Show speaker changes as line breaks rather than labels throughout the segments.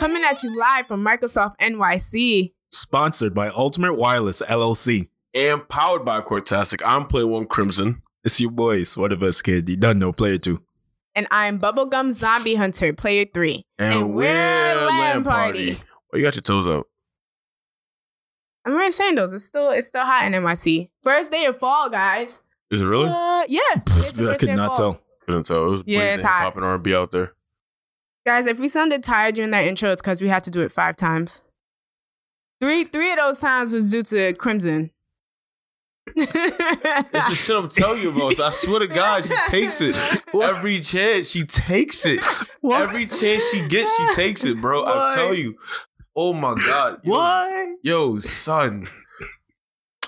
Coming at you live from Microsoft NYC.
Sponsored by Ultimate Wireless LLC.
And powered by Cortasic, I'm Play One Crimson.
It's your boys, one of us, kid. You done know, player two.
And I'm Bubblegum Zombie Hunter, player three.
Well, you got your toes out.
I'm wearing sandals. It's still it's still hot in NYC. First day of fall, guys.
Is it really?
Uh, yeah. it's the
I
first day
could
of
not
fall.
tell.
Couldn't tell. It was
Yeah,
blazing
it's hot.
hip-hop and R&B out there.
Guys, if we sounded tired during that intro, it's because we had to do it five times. Three three of those times was due to Crimson.
It's the shit I'm telling you about. So I swear to God, she takes it. Every chance, she takes it. Every chance she gets, she takes it, bro. I
What?
tell you. Oh my God. Yo,
Why?
Yo, son.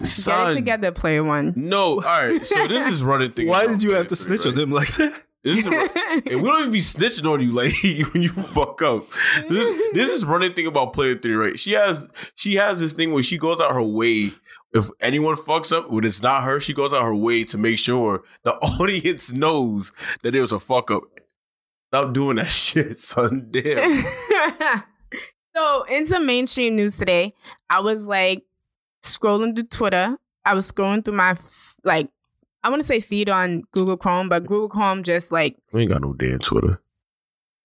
Son.
Get it together, player one.
No, all right. So this is running thing.
Why did you have to snitch on him like that?
This is a- and we don't even be snitching on you like when you fuck up. This, this is running thing about player three, right? She has she has this thing where she goes out her way. If anyone fucks up, when it's not her, she goes out her way to make sure the audience knows that it was a fuck up. Stop doing that shit, son. Damn.
so in some mainstream news today, I was like scrolling through Twitter. I was scrolling through my f- like I want to say feed on Google Chrome, but Google Chrome just like
We ain't got no damn Twitter.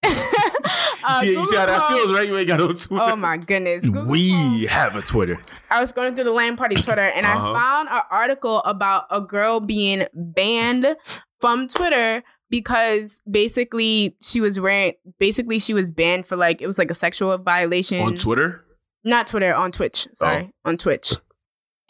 uh,
yeah, you
Google
see how that
Chrome-
feels, right? You ain't got no Twitter.
Oh my goodness. Google Chrome-
We have a Twitter.
I was going through the land party Twitter and
Uh-huh.
I found an article about a girl being banned from Twitter because basically she was wearing basically she was banned for like it was like a sexual violation
On Twitter?
not Twitter on Twitch sorry on Twitch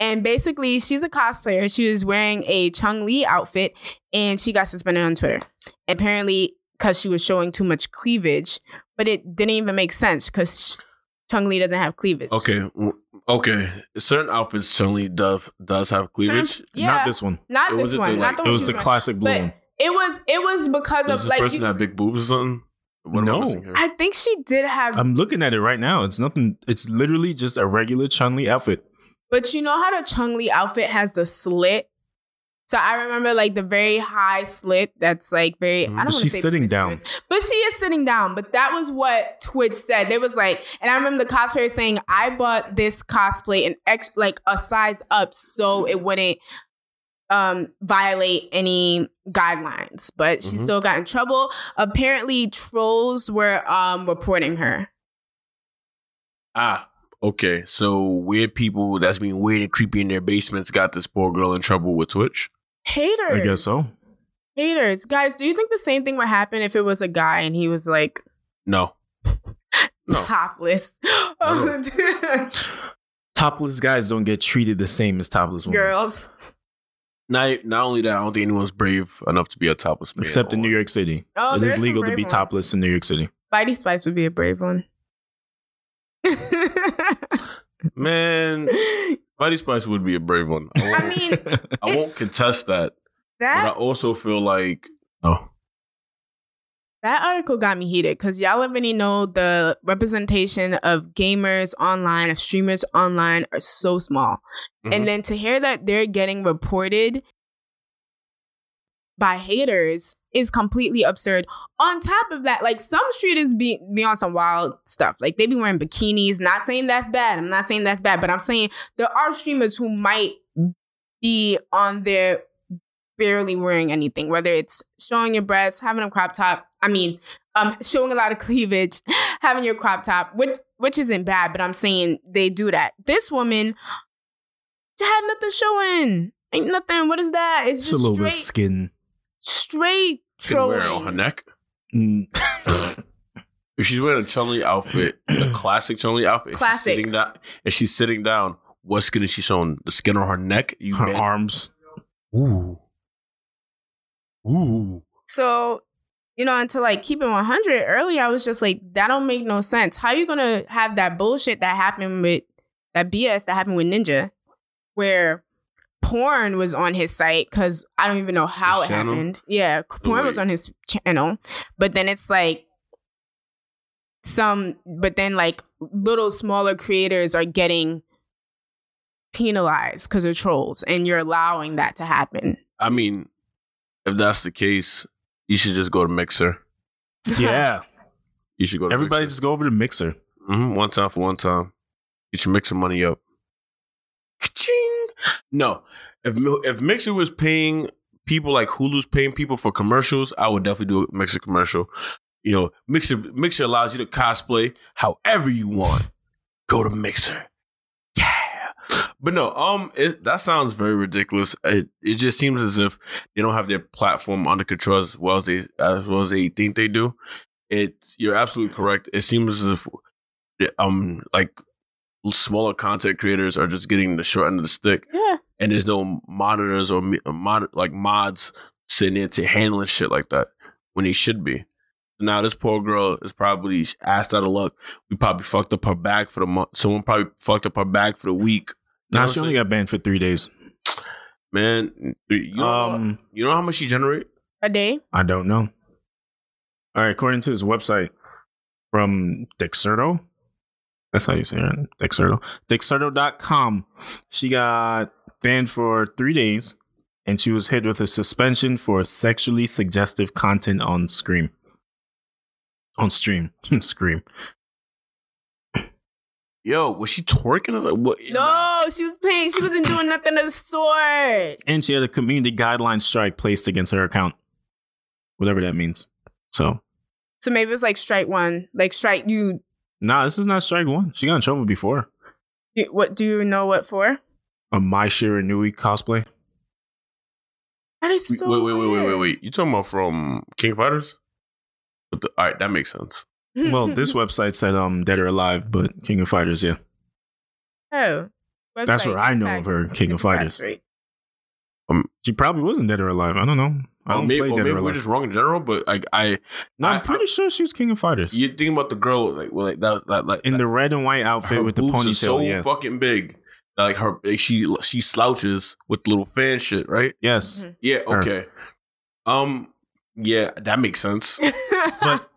and basically she's a cosplayer she was wearing a Chung Li outfit and she got suspended on Twitter apparently because she was showing too much cleavage but it didn't even make sense because Chung Li doesn't have cleavage
Okay. w- Okay. Certain outfits certainly does does have
Certain-
cleavage.
yeah
Not this one.
not
Or was
this
it the,
one
like-
not the
it
one
was
she
the
wearing.
classic blue
But-
one.
It was it was because of
Does this
like
person
you-
have big boobs or something? am I
No.
missing here?
I think she did have,
I'm looking at it right now. It's nothing. It's literally just a regular Chun Li outfit.
but you know how the Chung Li outfit has the slit. So I remember like the very high slit that's like very. I don't. wanna
Mm-hmm. She's
say
sitting down.
promiscuous, but she is sitting down. But that was what Twitch said. They was like, and I remember the cosplayer saying, "I bought this cosplay an ex like a size up so it wouldn't um violate any guidelines." But she
Mm-hmm.
Mhm.
still got in trouble. Apparently, trolls were um reporting her.
Ah, okay. So weird people that's being weird and creepy in their basements got this poor girl in trouble with Twitch.
Haters.
I guess so.
Haters. Guys, do you think the same thing would happen if it was a guy and he was like
No. No.
topless?
No.
Topless guys don't get treated the same as topless women.
Girls.
Not, not only that, I don't think anyone's brave enough to be a topless man.
Except in New York City.
Oh,
it
there's
is
some
legal to
brave
be
ones.
topless in New York City.
Bitey Spice would be a brave one.
Man,
I
Body Spice would be a brave one. I won't,
mean,
I won't contest that. But I
that
also feel like, oh,
that article got me heated because y'all already know the representation of gamers online, of streamers online are so small.
Mhm.
And then to hear that they're getting reported by haters is completely absurd. On top of that, like some streeters be, be on some wild stuff. Like they be wearing bikinis. Not saying that's bad. I'm not saying that's bad, but I'm saying there are streamers who might be on there barely wearing anything, whether it's showing your breasts, having a crop top. I mean, um, showing a lot of cleavage, having your crop top, which which isn't bad, but I'm saying they do that. This woman had nothing showing. Ain't nothing. What is that? It's
It's
just
a little bit
straight,
of skin.
straight
she can wear it on her
trolling.
neck.
Mm,
If she's wearing a Chun-Li outfit, a classic Chun-Li outfit, and she's,
Classic.
sitting down, and she's sitting down, what skin is she showing? The skin on her neck? You
her
bet.
arms.
Ooh. Ooh.
So, you know, and to like keep it 100 early, I was just like, that don't make no sense. How you gonna have that bullshit that happened with that BS that happened with Ninja, where porn was on his site? Because I don't even know how
His
it
channel? Oh,
happened. Yeah, porn was
wait.
on his channel, but then it's like some, but then like little smaller creators are getting penalized because they're trolls, and you're allowing that to happen.
I mean, if that's the case, you should just go to Mixer.
Yeah.
You should go to
Everybody
Mixer.
just go over to Mixer.
hmm One time for one time. Get your mixer money up. Ka-ching! No, if Mi- if Mixer was paying people like Hulu's paying people for commercials, I would definitely do a Mixer commercial. You know, Mixer Mixer allows you to cosplay however you want. Go to Mixer, yeah. But no, um, it, that sounds very ridiculous. It it just seems as if they don't have their platform under control as well as they as well as they think they do. It you're absolutely correct. It seems as if um like smaller content creators are just getting the short end of the stick
Yeah.
and there's no monitors or mi- mod, like mods sitting there to handling shit like that when they should be. Now this poor girl is probably asked out of luck. We probably fucked up her bag for the month. Someone probably fucked up her bag for the week. You know
Now
what
she
I'm
only got banned for three days.
saying? man, you know,
Um,
you know how much she generate?
A day.
I don't know. All right, according to his website from Dexerto, that's how you say it, Dexerto. Dexerto.com. She got banned for three days and she was hit with a suspension for sexually suggestive content on Scream. On stream. Scream.
Yo, was she twerking? I was like, what?
No, she was playing. She wasn't doing nothing of the sort.
And she had a community guideline strike placed against her account, whatever that means. So,
So maybe it's like strike one. Like strike you.
nah, this is not strike one. She got in trouble before.
you- What do you know what for?
A My Shiranui cosplay.
That is so.
wait, wait, wait, wait, wait,
weird.
wait. You talking about from King of Fighters? But the, all right, that makes sense.
well, this website said um Dead or Alive, but King of Fighters, yeah.
Oh,
That's
website,
where I know
fact,
of her, King of
it's a fact,
Fighters.
right?
She probably wasn't Dead or Alive. I don't know. I
Or
don't
maybe,
play
or
Dead
maybe
or
we're
Alive.
just wrong in general. But like, I
no, I'm
I-
pretty sure she was King of Fighters.
you're thinking about the girl like, well, like that, that, like
in the red and white outfit with the
boobs
ponytail,
are so
yes.
fucking big. Like her, like she she slouches with little fan shit, right?
yes.
Mhm.
Yeah.
Her.
Okay. Um. Yeah, that makes sense.
Mm-hmm.
But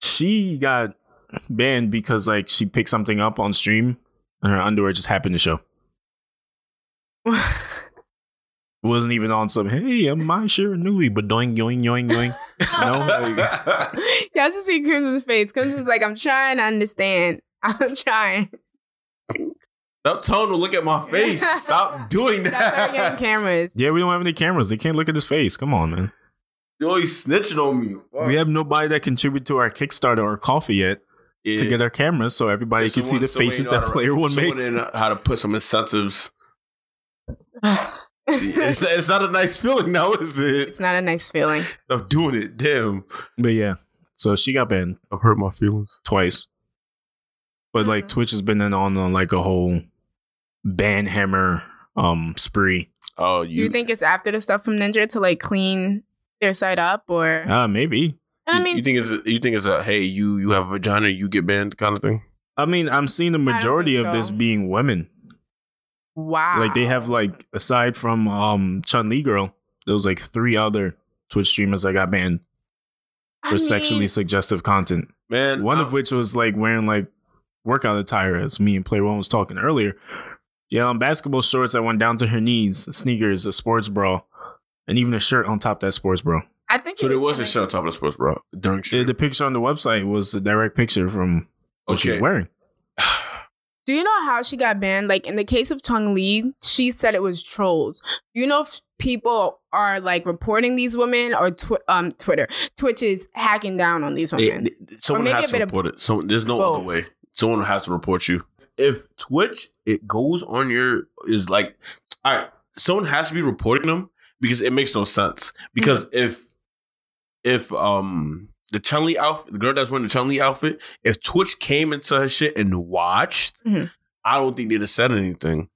she got banned because like she picked something up on stream and her underwear just happened to show. It wasn't even on some hey, I'm my Shiranui, but doing yoing yoing yoing.
Y'all should see Crimson's face. Crimson's like, I'm trying to understand. I'm trying.
Stop telling him to look at my face. Stop doing
That's why we're
that.
getting cameras.
yeah, we don't have any cameras. They can't look at his face. Come on, man.
You're always snitching on me. Fuck.
We have nobody that contribute to our Kickstarter or coffee yet.
Yeah.
to get our cameras so everybody can see
Someone-
the
someone
faces
know
that
how to-
player one
someone
makes.
know How to put some incentives? It's not, it's not a nice feeling now, is it?
it's not a nice feeling.
Stop doing it. Damn,
But yeah, so she got banned
I've hurt my feelings.
twice. But like
Mm.
Mhm.
Twitch has been in on, on like a whole ban hammer um spree.
Oh,
Do you think it's after the stuff from Ninja to like clean their side up or? And
Uh maybe.
I
You-
mean,
you think it's a, you think it's a hey you you have a vagina you get banned kind of thing.
I mean, I'm seeing the
don't
majority
think
of this
so.
being women.
wow.
Like they have like aside from um Chun Li girl, there was like three other Twitch streamers that got banned
I
for
mean,
sexually suggestive content.
Man,
one
I-
of which was like wearing like workout attire as me and player one was talking earlier yeah on basketball shorts that went down to her knees sneakers a sports bra and even a shirt on top of that sports bra
I think
so
it
there was a
like-
shit on top of the sports bra during
the,
shit.
the picture on the website was a direct picture from what she was
Okay.
wearing
Do you know how she got banned? Like in the case of Tung Lee, she said it was trolls. Do you know if people are like reporting these women or tw- um Twitter, Twitch is hacking down on these women?
It- it- someone
maybe
has
a
to
bit of
report it. So there's no
both.
other way. Someone has to report you. If Twitch it goes on your is like, all right, someone has to be reporting them because it makes no sense. Because
Mm-hmm.
if if um the Chun Li outfit, the girl that's wearing the Chun Li outfit, if Twitch came into her shit and watched,
Mhm.
I don't think they'd have said anything.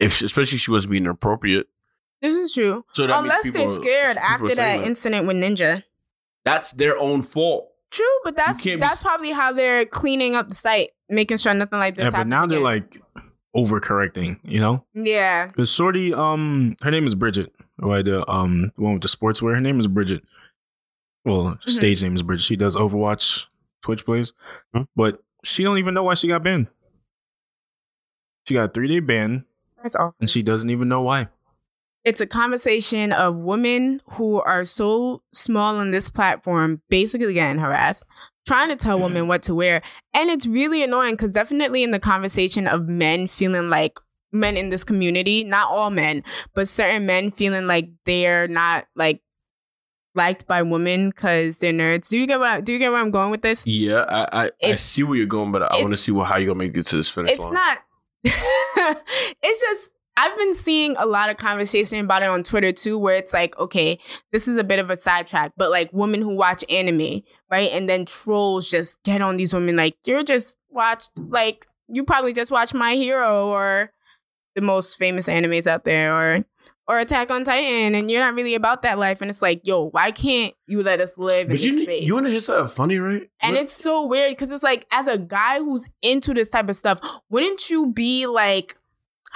If especially she was being inappropriate.
this is true.
So that means
Unless they're
people are-
scared
people are
after
saying
that incident with Ninja.
that's their own fault.
True, but that's
can't be-
that's probably how they're cleaning up the site, making sure nothing like this
yeah, but
happens.
now
again.
they're like overcorrecting you know
yeah,
because shorty um her name is bridget right the um the one with the sportswear her name is bridget well her stage name is bridget she does overwatch twitch plays
Hmm.
but she don't even know why she got banned she got a three-day ban
that's awful.
and she doesn't even know why
it's a conversation of women who are so small on this platform basically getting harassed trying to tell women what to wear. And it's really annoying because definitely in the conversation of men feeling like men in this community, not all men, but certain men feeling like they're not like liked by women because they're nerds. Do you get what I, do you get where I'm going with this?
Yeah, I I, I
It's-
see where you're going, but I
it-
want to see what, how you're gonna make it to this finish
it's
line.
not it's just i've been seeing a lot of conversation about it on twitter too where it's like okay this is a bit of a sidetrack but like women who watch anime right and then trolls just get on these women like you're just watched like you probably just watched my hero or the most famous animes out there or or attack on titan and you're not really about that life and it's like yo why can't you let us live
but
in
you
this space
you want to hear something funny, right?
and it's so weird because it's like, as a guy who's into this type of stuff, wouldn't you be like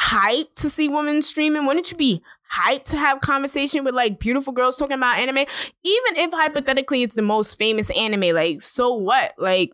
hyped to see women streaming? Wouldn't you be hyped to have conversation with like beautiful girls talking about anime? Even if hypothetically it's the most famous anime, like so what? Like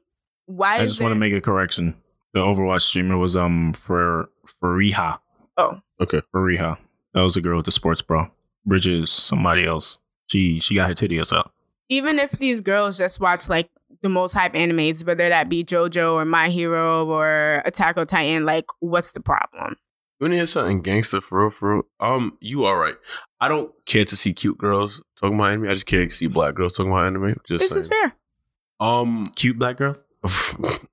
why?
I
is
just want to
there-
make a correction. The Overwatch streamer was um for Fariha.
Oh.
Okay.
Fariha. That was a girl with the sports bra. Bridget is somebody else. She she got her titties out.
even if these girls just watch like the most hype animes, whether that be JoJo or My Hero or Attack on Titan, like what's the problem?
You want to hear something gangster for real, for real? Um, you are right. I don't care to see cute girls talking about anime. I just care to see black girls talking about anime. Just
This is
saying.
fair,
Um,
Cute black girls.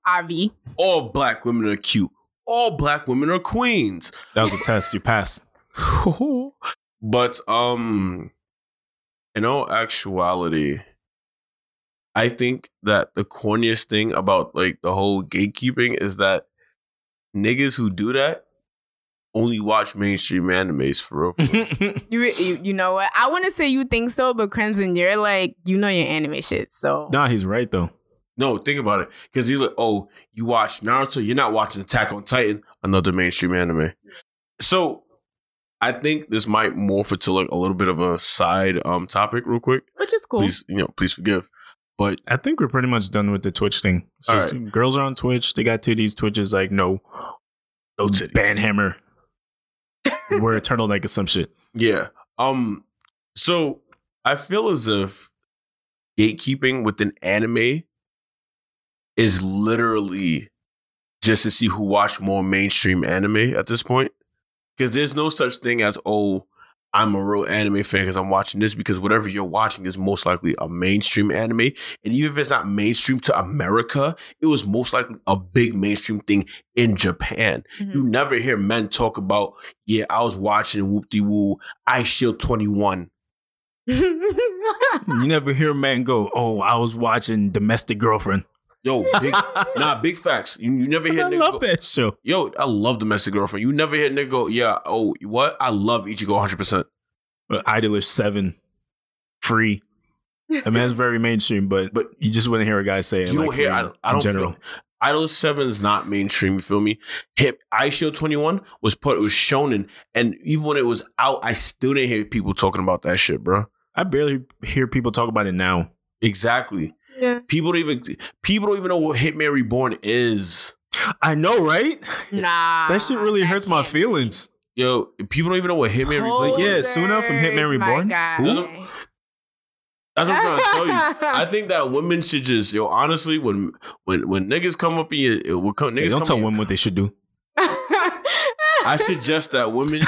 Avi.
all black women are cute. All black women are queens.
That was a test. You passed.
but um, in all actuality, I think that the corniest thing about like the whole gatekeeping is that niggas who do that only watch mainstream animes for real. For real.
that
You, you you know what? I want to say you think so, but Crimson, you're like you know your anime shit. So
Nah, he's right though.
No, think about it. Because you're like, oh, you watch Naruto, you're not watching Attack on Titan, another mainstream anime. So I think this might morph into like a little bit of a side um topic real quick.
which is cool.
Please, you know, please forgive. But
I think we're pretty much done with the Twitch thing. It's
All
just, Girls are on Twitch. They got titties. Twitch is like no.
no titties.
Banhammer. we're eternal like or some shit.
Yeah. Um so I feel as if gatekeeping within anime is literally just to see who watched more mainstream anime at this point. Because there's no such thing as, oh, I'm a real anime fan because I'm watching this, because whatever you're watching is most likely a mainstream anime. And even if it's not mainstream to America, it was most likely a big mainstream thing in Japan. You never hear men talk about, yeah, I was watching Whoop De Woo, I Shield 21.
Mhm.
You never hear a man go, "Oh, I was watching Domestic Girlfriend."
Yo, big, nah, big facts. You, you never hear
I
niggas
love
go,
that show.
yo, I love domestic girlfriend. You never hear nigga go, yeah, oh, what? I love Ichigo 100%.
Uh, Idolish Seven, Free. The man's very mainstream, but
But
you just wouldn't hear a guy say it.
you don't
like,
hear,
free
I, I
in
don't
general.
feel- Idol 7 is not mainstream, you feel me? Hip, I Shield 21 was put, it was shonen. And even when it was out, I still didn't hear people talking about that shit, bro.
I barely hear people talk about it now.
Exactly.
yeah.
People don't even, people don't even know what Hitman Reborn is.
I know, right?
Nah,
that shit really hurts my
can't be.
feelings.
Yo, people don't even know what Hitman Reborn
Like,
is.
yeah, Suna from Hitman
Posers, my
Reborn?
guy.
Who? That's what I'm trying to tell you. I think that women should just yo honestly when when when niggas come up in your eh, when come, niggas
Hey, don't
come
tell
in your-
women what they should do.
I suggest that women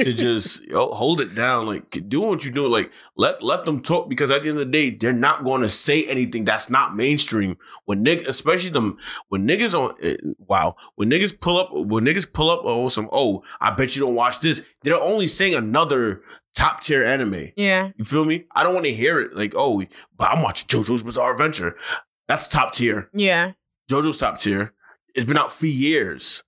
should just yo, hold it down like do what you do like let let them talk because at the end of the day they're not going to say anything that's not mainstream when niggas especially them when niggas on eh, wow when niggas pull up when niggas pull up oh some oh I bet you don't watch this they're only saying another top tier anime
yeah.
you feel me I don't want to hear it like oh but I'm watching JoJo's Bizarre Adventure that's top tier
Yeah.
JoJo's top tier. It's been out for years.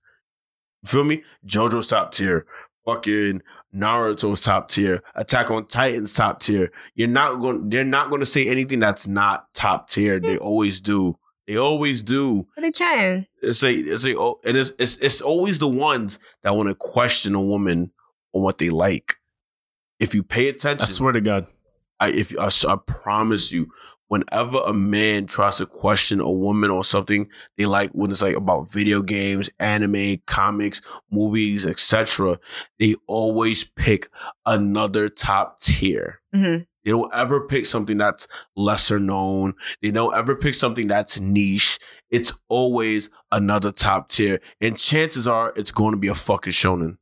You feel me? JoJo's top tier. Fucking Naruto's top tier. Attack on Titan's top tier. You're not going. They're not going to say anything that's not top tier. They always do. They always do.
What a chatting.
It's like it's like oh, and it's it's it's always the ones that want to question a woman on what they like. If you pay attention,
I swear to God.
I if I, s- I promise you, whenever a man tries to question a woman or something they like when it's like about video games, anime, comics, movies, etc., they always pick another top tier.
Mhm.
They don't ever pick something that's lesser known. They don't ever pick something that's niche. It's always another top tier. And chances are it's going to be a fucking shonen.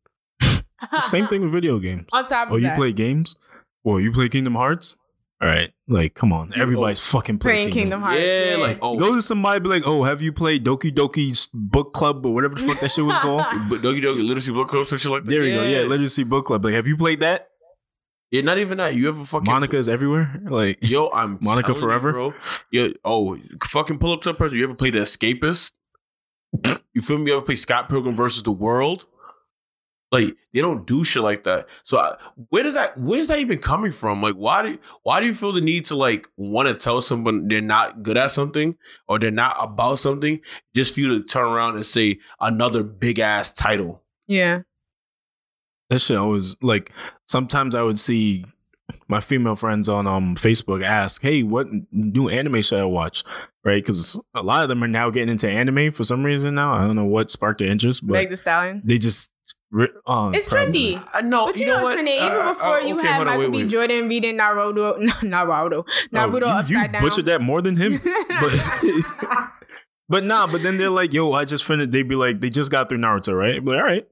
Same thing with video games.
On top of
Oh, you
that,
play games? Well, you play Kingdom Hearts? All right. Like, come on. Everybody's fucking
playing
playing
Kingdom Hearts.
yeah, like, oh,
Go to somebody be like, oh, have you played Doki Doki Book Club or whatever the fuck that shit was called?
but Doki Doki Literacy Book Club, some shit like that.
there you go. Yeah, Literacy Book Club. Like, have you played that?
Yeah, not even that. You ever fucking
Monica is everywhere. Like,
Yo, I'm
Monica
telling you,
Forever?
bro. Yo, oh, fucking pull up to a person. You ever played The Escapist? You feel me? You ever play Scott Pilgrim versus the World? Like they don't do shit like that. So I, where does that where is that even coming from? Like why do why do you feel the need to like want to tell someone they're not good at something or they're not about something just for you to turn around and say another big ass title?
yeah.
that shit always, like, sometimes I would see my female friends on um Facebook ask, hey, what new anime should I watch? Right? Because a lot of them are now getting into anime for some reason now. I don't know what sparked their interest, but
Meg the Stallion.
they just. re- Uh,
It's
probably-
trendy.
I know,
But you, know, what's
what?
funny? Even
Uh,
before
uh,
you
okay,
had
hold on,
Michael
wait,
B.
wait.
Jordan reading Naruto, Naruto,
Oh,
Naruto
you- you
upside down.
butchered that more than him.
but
But nah, but then they're like, yo, I just finished. They'd be like, they just got through Naruto, right? But all right,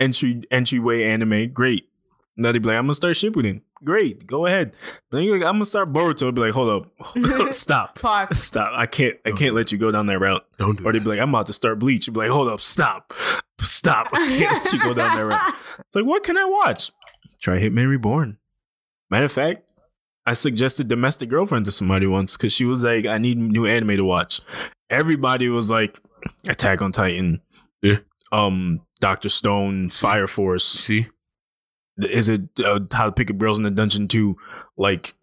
entry entryway anime, great. Now they'd be like, I'm gonna start Shippuden, great, go ahed. But then you're like, I'm gonna start Boruto. I'd be like, hold up, stop,
pause.
stop. I can't, I can't let you go down that route.
Don't do
Or they'd be like, I'm about to start Bleach. You'd be like, hold up, stop, stop. I can't let you go down that route. It's like, what can I watch? Try Hitman Reborn. Matter of fact, I suggested Domestic Girlfriend to somebody once because she was like, I need new anime to watch. Everybody was like, Attack on Titan,
Yeah.
um, Doctor Stone, Fire Force.
See,
Is it uh, How to Pick Up Girls in the Dungeon 2? Like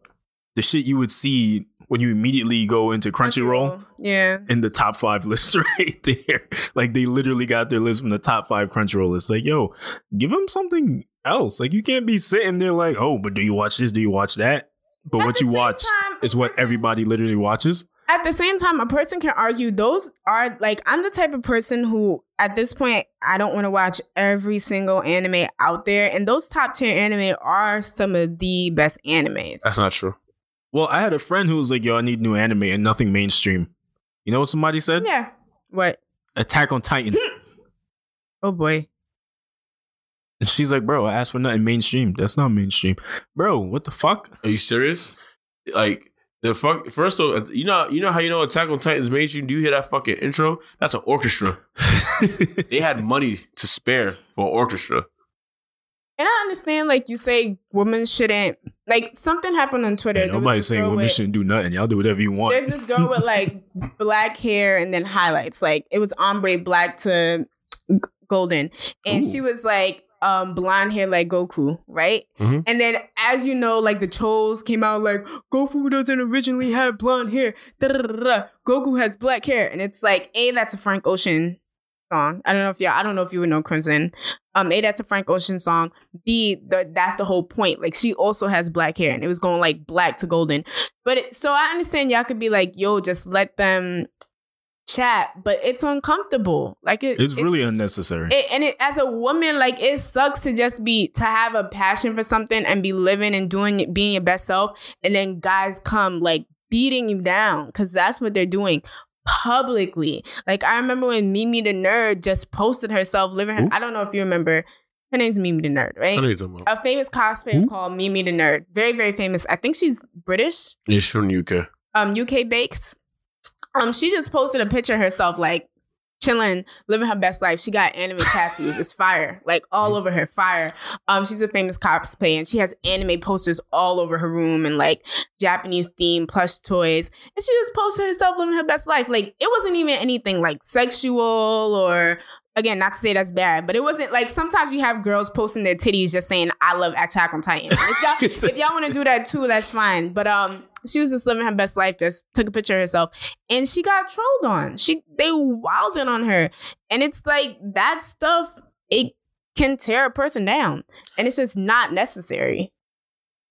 the shit you would see when you immediately go into Crunchyroll
Yeah.
in the top five list right there. Like they literally got their list from the top five Crunchyroll list. Like, yo, give them something else. Like you can't be sitting there like, oh, but do you watch this? Do you watch that? But
At
what
the
you
same
watch
time,
is what
listen,
everybody literally watches.
At the same time, a person can argue those are like I'm the type of person who at this point I don't want to watch every single anime out there, and those top tier anime are some of the best animes.
that's not true.
Well, I had a friend who was like, yo, I need new anime and nothing mainstream. You know what somebody said?
Yeah. Hmm. What?
Attack on Titan.
Oh boy.
and she's like, bro, I asked for nothing mainstream. That's not mainstream. Bro, what the fuck?
Are you serious? Like the fuck. First of all, you know, you know how you know Attack on Titan's mainstream. Do you hear that fucking intro? That's an orchestra. They had money to spare for an orchestra.
And I understand, like you say, women shouldn't. Like something happened on Twitter.
Yeah,
There was
nobody's
this
saying
girl
women
with-
shouldn't do nothing. Y'all do whatever you want.
There's this girl with like black hair and then highlights. Like it was ombre black to g- golden, and
Ooh.
she was like um blonde hair like Goku, right?
Mm-hmm.
Mhm.
And then as you know, like the trolls came out like Goku doesn't originally have blonde hair. Da-da-da-da-da. Goku has black hair, and it's like a that's a Frank Ocean song. I don't know if y'all. I don't know if you would know Crimson. Um, a that's a Frank Ocean song. B the, that's the whole point. Like she also has black hair, and it was going like black to golden. But it, so I understand y'all could be like, yo, just let them chat, but it's uncomfortable. Like it,
It's
it-
really unnecessary.
It, and it, as a woman, like it sucks to just be to have a passion for something and be living and doing being your best self, and then guys come like beating you down because that's what they're doing publicly. Like I remember when Mimi the nerd just posted herself living. Her,
Who?
I don't know if you remember. Her name's Mimi the nerd, right? A famous cosplayer
Who?
called Mimi the nerd, very very famous. I think she's British
It's from UK.
um UK Bakes. Um, she just posted a picture of herself like chilling, living her best life. She got anime tattoos. It's fire, like all over her fire. Um, she's a famous cosplayer and she has anime posters all over her room and like Japanese themed plush toys. And she just posted herself living her best life. Like it wasn't even anything like sexual or again, not to say that's bad, but it wasn't like sometimes you have girls posting their titties just saying, I love Attack on Titan. If y'all, if y'all want to do that too, that's fine. But um, she was just living her best life, just took a picture of herself, and she got trolled on. She they wilded on her. And it's like that stuff, it can tear a person down. And it's just not necessary.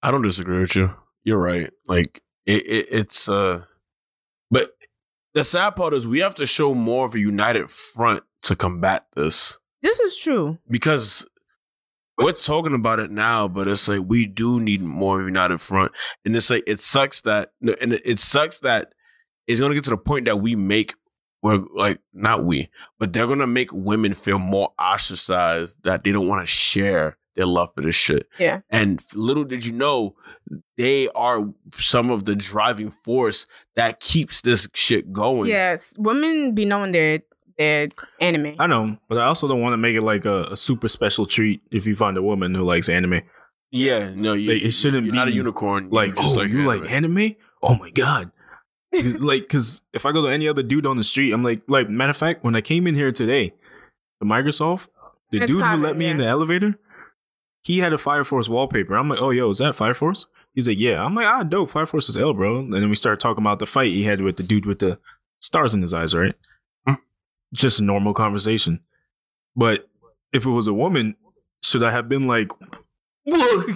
I don't disagree with you. You're right. Like It, it it's uh, but the sad part is we have to show more of a united front to combat this
This is true.
because we're talking about it now, but it's like we do need more united front, and it's like it sucks that, and it sucks that it's gonna get to the point that we make where like not we, but they're gonna make women feel more ostracized that they don't want to share their love for this shit.
Yeah.
And little did you know, they are some of the driving force that keeps this shit going.
Yes, women be knowing their their anime.
I know, but I also don't want to make it like a, a super special treat if you find a woman who likes anime.
Yeah. No, you,
Like, it shouldn't
you're not a
be
unicorn.
Like,
You're just
oh, you
yeah,
like
right.
anime? Oh my god! 'Cause, like, because if I go to any other dude on the street, I'm like, like matter of fact, when I came in here today, the Microsoft, the
It's
dude
common,
who let me in
yeah.
the elevator, he had a Fire Force wallpaper. I'm like, oh yo, is that Fire Force? He's like, yeah. I'm like, ah, dope. Fire Force is ill, bro. And then we started talking about the fight he had with the dude with the stars in his eyes, right?
Hmm.
Just a normal conversation. But if it was a woman, should I have been like, look,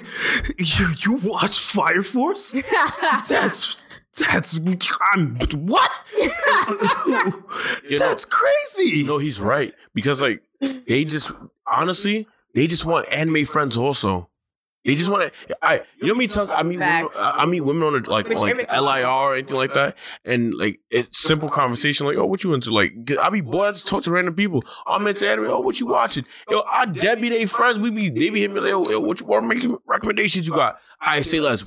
you, you watch Fire Force? That's that's I'm what?
You know-
that's crazy.
No, he's right because like they just honestly they just want anime friends also. They just want to. I you know how many times I meet women,
Facts.
I I meet women on the, like
Which
like
irritates me.
LIR or anything like that, and like it's simple conversation like oh what you into like I be bored I just talk to random people I'm into anime oh what you watching yo I dead be they friends we be they be hitting me like oh, yo, what you want making recommendations you got I say let's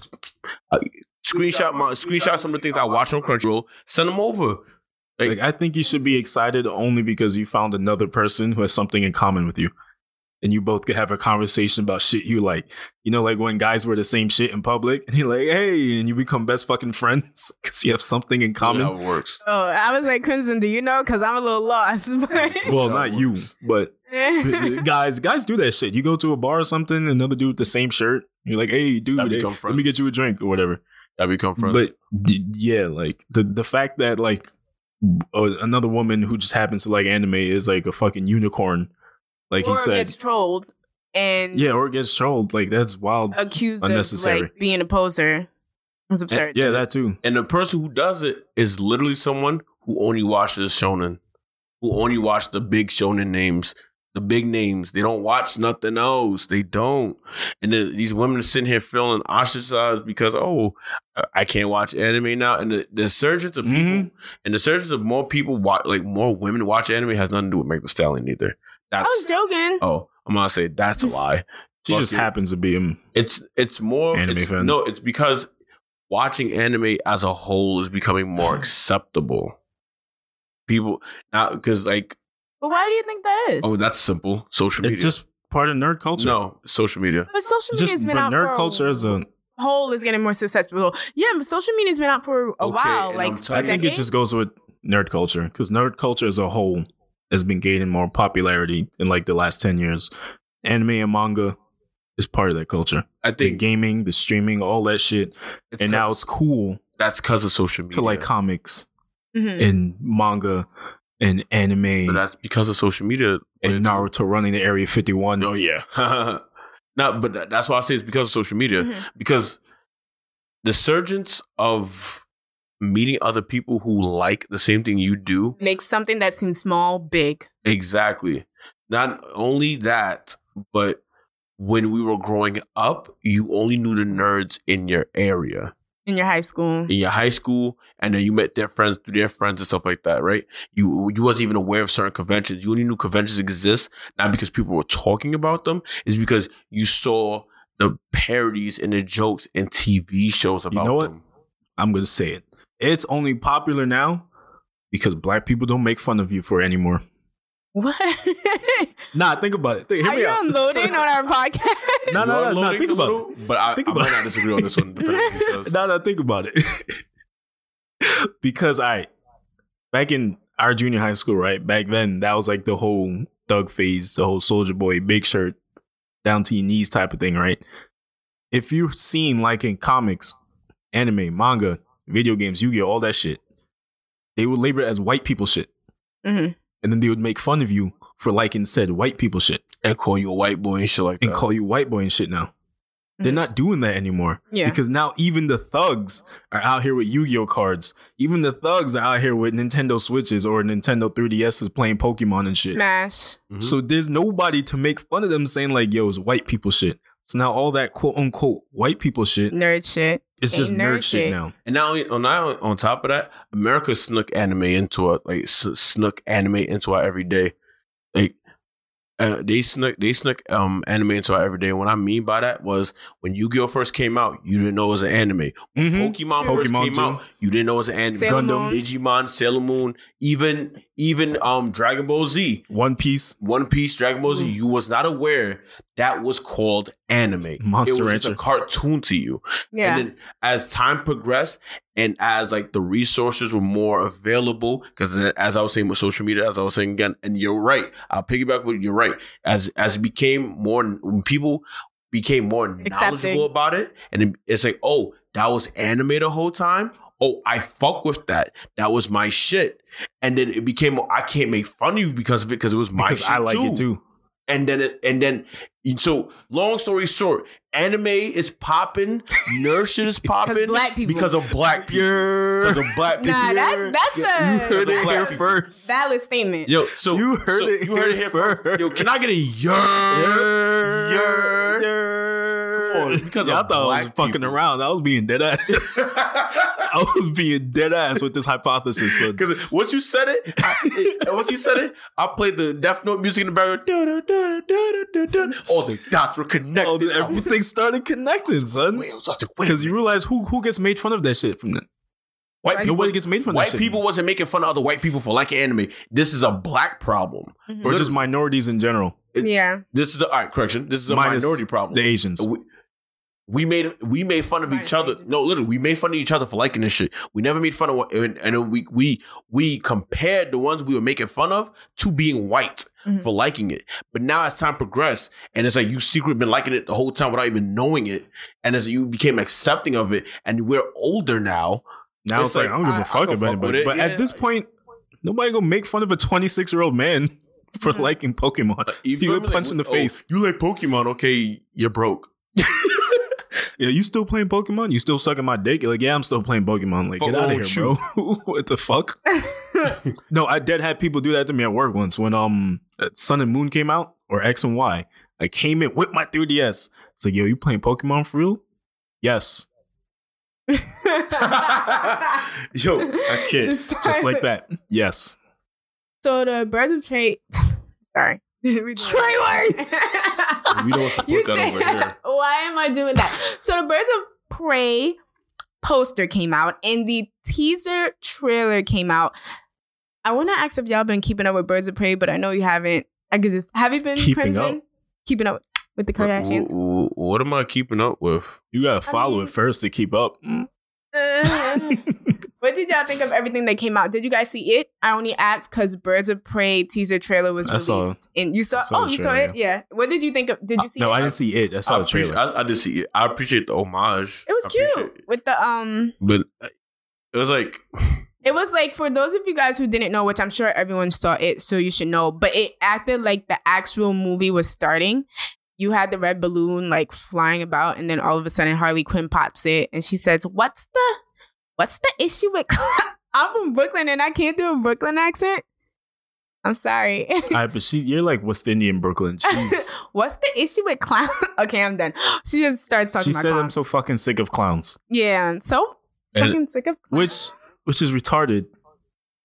I screenshot my screenshot some of the things I watch on Crunchyroll send them over
Like I think you should be excited only because you found another person who has something in common with you. And you both could have a conversation about shit you like. You know, like when guys wear the same shit in public and you're like, hey, and you become best fucking friends because you have something in common.
how it works.
oh, I was like Crimson. Do you know? Because I'm a little lost. but-
Well, not you, but guys, guys do that shit. You go to a bar or something, another dude with the same shirt. You're like, hey, dude,
That
hey,
become
let me
friends.
get you a drink or whatever.
I become friends.
But d- yeah, like the the fact that like uh, another woman who just happens to like anime is like a fucking unicorn, like
or
he said,
gets trolled Oh, and
yeah, or gets trolled. Like that's wild.
accused
Unnecessary.
of like being a poser. It's absurd.
Eh, yeah, that too.
and the person who does it is literally someone who only watches shonen, who only watch the big shonen names, the big names. They don't watch nothing else. They don't. And then these women are sitting here feeling ostracized because oh, I- I can't watch anime now. And the, the surges of people
Mhm.
and the surges of more people watch like more women watch anime has nothing to do with Meg the Stallion either.
I
That's
was joking.
oh, I'm gonna say that's a lie.
She just
Fuck it.
happens to be him.
It's it's more
Anime
it's-
fan.
No, it's because watching anime as a whole is becoming
Mm.
more acceptable. People now because like
But why do you think that is?
oh that's simple social media.
It's just part of nerd culture.
no social media.
but social media
just
has
but
been out for
nerd
a
culture is a.
whole is getting more successful. Yeah, but social media's been out for a
Okay,
while.
and
Like
I'm
a
I
telling you-
think it
decade?
just goes with nerd culture because nerd culture as a whole has been gaining more popularity in like the last ten years. Anime and manga is part of that culture.
I
The
think
gaming, the streaming, all that shit.
it's
and
'cause-
now it's cool
that's because of social media.
to like comics
Mhm.
and manga and
but
anime
that's because of social media
and Naruto running the Area 51.
Oh yeah. Not but that- that's why I say it's because of social media.
Mhm.
because the surgence of meeting other people who like the same thing you do
Make something that seems small big.
Exactly. Not only that, but when we were growing up, you only knew the nerds in your area,
in your high school.
in your high school, and then you met their friends through their friends and stuff like that, right? You you wasn't even aware of certain conventions. You only knew conventions exist not because people were talking about them, it's because you saw the parodies and the jokes and TV shows about
know what?
them.
I'm going to say it. It's only popular now because black people don't make fun of you for it anymore.
What?
Nah, think about it. Think, hear
Are
me
you
out.
unloading on our podcast?
No, no,
You
no,
are
no.
loading
Think
a
about
little,
it.
But I,
Think
I
about
might
it.
not disagree on this one. depending on what he says.
No, no, think about it. because I, back in our junior high school, right back then, that was like the whole thug phase, the whole soldier boy, big shirt, down to your knees type of thing, right? If you've seen like in comics, anime, manga, video games, Yu-Gi-Oh, all that shit, they would label it as white people shit,
Mhm.
and then they would make fun of you for liking said white people shit
and call you a white boy and shit like
and
that.
call you white boy and shit now. They're not doing that anymore.
Yeah.
Because now even the thugs are out here with Yu-Gi-Oh cards. Even the thugs are out here with Nintendo Switches or Nintendo 3DSs playing Pokemon and shit.
Smash.
Mhm.
So there's nobody to make fun of them saying like, "Yo, it's white people shit." So now all that quote unquote white people shit,
Nerd shit.
it's just
Ain't
nerd,
nerd
shit
shit.
now.
And now, on now on top of that, America snuck anime into it, like s- snuck anime into our everyday. Like uh, they snuck they snuck um anime into our everyday. What I mean by that was when Yu-Gi-Oh first came out, you didn't know it was an anime.
Mhm.
Pokemon
Sure.
first
Pokemon
came
too.
out, you didn't know it was an anime.
Sailor
Gundam.
Moon.
Digimon, Sailor Moon, even even um Dragon Ball Z,
One Piece,
One Piece, Dragon Ball Z,
Hmm.
Mm.
you was not aware that was called anime. it
Monster
was just a
Rancher.
cartoon to you.
Yeah.
And then as time progressed and as like the resources were more available, because as I was saying with social media, as I was saying again, and you're right, I'll piggyback with you're right. As as it became more when people became more knowledgeable
Accepting.
about it, and it- it's like, oh, that was anime the whole time. Oh, I fuck with that. That was my shit. And then it became I can't make fun of you because of it because it was my
because
shit
I like it too.
and then it, and then so long story short, anime is popping, nerd shit is popping
black people.
because of black people, because of black people.
Nah, that, that's a
you heard it
Black
here
people.
first.
valid statement.
yo, so
You heard
so
it
you heard it here first. Yo, can I get a yer? Yer. Come on, it's because
Yeah, I
of
thought I was
black
fucking
people.
around. I was being dead ass. I was being dead ass with this hypothesis. So
Because once you said it, I, it- once you said it, I played the Death Note music in the background. Da-da-da-da-da-da-da. All the dots were connected.
Oh, then everything started connecting, son.
Wait, I was like, wait a
Because you realize who who gets made fun of that shit from that.
White
Like,
people,
Nobody gets made fun of that
white
shit.
people wasn't making fun of other white people for liking anime. This is a black problem.
Mhm.
or just minorities in general.
yeah.
This is a, all right. Correction. This is a
Minus
minority problem.
The Asians.
we, we made we made fun of each other.
Minority.
No, literally, we made fun of each other for liking this shit. We never made fun of what, and, and we we we compared the ones we were making fun of to being white
Mhm.
for liking it. But now as time progressed, and it's like you secretly been liking it the whole time without even knowing it, and as you became accepting of it, and we're older now.
Now it's,
it's
like,
like,
I don't give
I-
a
I
fuck
can
about
fuck with
anybody.
it,
But
yeah.
at this point, nobody gonna make fun of a 26 year old man for
Mhm.
Mm-hmm.
liking Pokemon. He
feel
would
me? Uh, Like,
punch in the
oh,
face.
You like Pokemon? Okay, you're broke.
Yeah, you still playing Pokemon? You still sucking my dick? Like, yeah, I'm still playing Pokemon. Like,
Fuck
get out
wrong
of
with
here, bro. what the fuck? no, I did had people do that to me at work once when um Sun and Moon came out or X and Y. I came in with my 3DS. It's like, yo, you playing Pokemon for real? Yes,
Yo, I can't.
just like that. Yes.
So the birds of trade. Sorry. Trayway.
We don't support that over here.
Why am I doing that? So the birds of prey poster came out and the teaser trailer came out. I want to ask if y'all been keeping up with birds of prey, but I know you haven't. I could just have you been
Keeping
Crimson?
up?
Keeping up with the Kardashians.
What, am I keeping up with?
You gotta follow
mean-
it first to keep up. Mm.
Uh, what did y'all think of everything that came out? Did you guys see it? I only asked because Birds of Prey teaser trailer was
I
released,
saw
and you saw.
I saw
oh,
the
you saw
trailer, Uh,
it. Yeah. What did you think of? Did you see?
no,
it?
I didn't see it. I saw
I,
the trailer.
appreciate, I, I just see it. I appreciate the homage.
it was
I appreciate
cute
it.
with the um.
But uh, it was like,
It was like for those of you guys who didn't know, which I'm sure everyone saw it, so you should know. But it acted like the actual movie was starting. You had the red balloon like flying about, and then all of a sudden Harley Quinn pops it, and she says, "What's the, what's the issue with?" I'm from Brooklyn, and I can't do a Brooklyn accent. I'm sorry.
I, but she, you're like West Indian Brooklyn. She's,
What's the issue with clown? okay, I'm done. She just starts talking
she
about
said, "I'm
clowns.
so fucking sick of clowns,"
yeah, and so
And-
fucking sick of clowns.
which, which is retarded.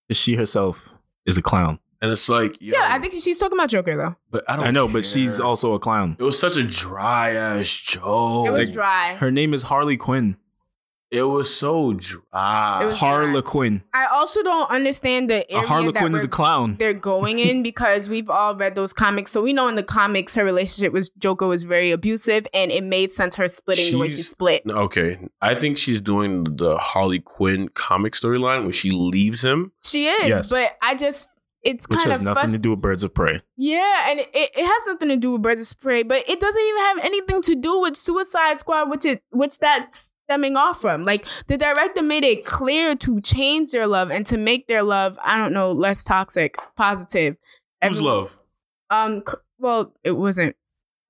'cause She herself is a clown.
and it's like, yo,
yeah, I think she's talking about Joker though.
But I don't.
I know,
care.
but she's also a clown.
It was such a dry ass
It
joke.
was
Oh, like,
dry.
Her name is Harley Quinn.
It was so dry.
It was-
Harlequin.
I also don't understand the
A
area
Harlequin
that
is a
we're-
clown.
they're going in because we've all read those comics, so we know in the comics her relationship with Joker was very abusive, and it made sense her splitting the way she
She's-
split.
No, okay, I think she's doing the Harley Quinn comic storyline when she leaves him.
She is,
Yes.
but I just it's
Which
kind
has
of
nothing
frust-
to do with birds of prey.
Yeah, and it, it has something to do with Birds of Prey, but it doesn't even have anything to do with Suicide Squad, which it which that's stemming off from. Like the director made it clear to change their love and to make their love, I don't know, less toxic, positive.
Who's
Every-
love?
Um c- well, it wasn't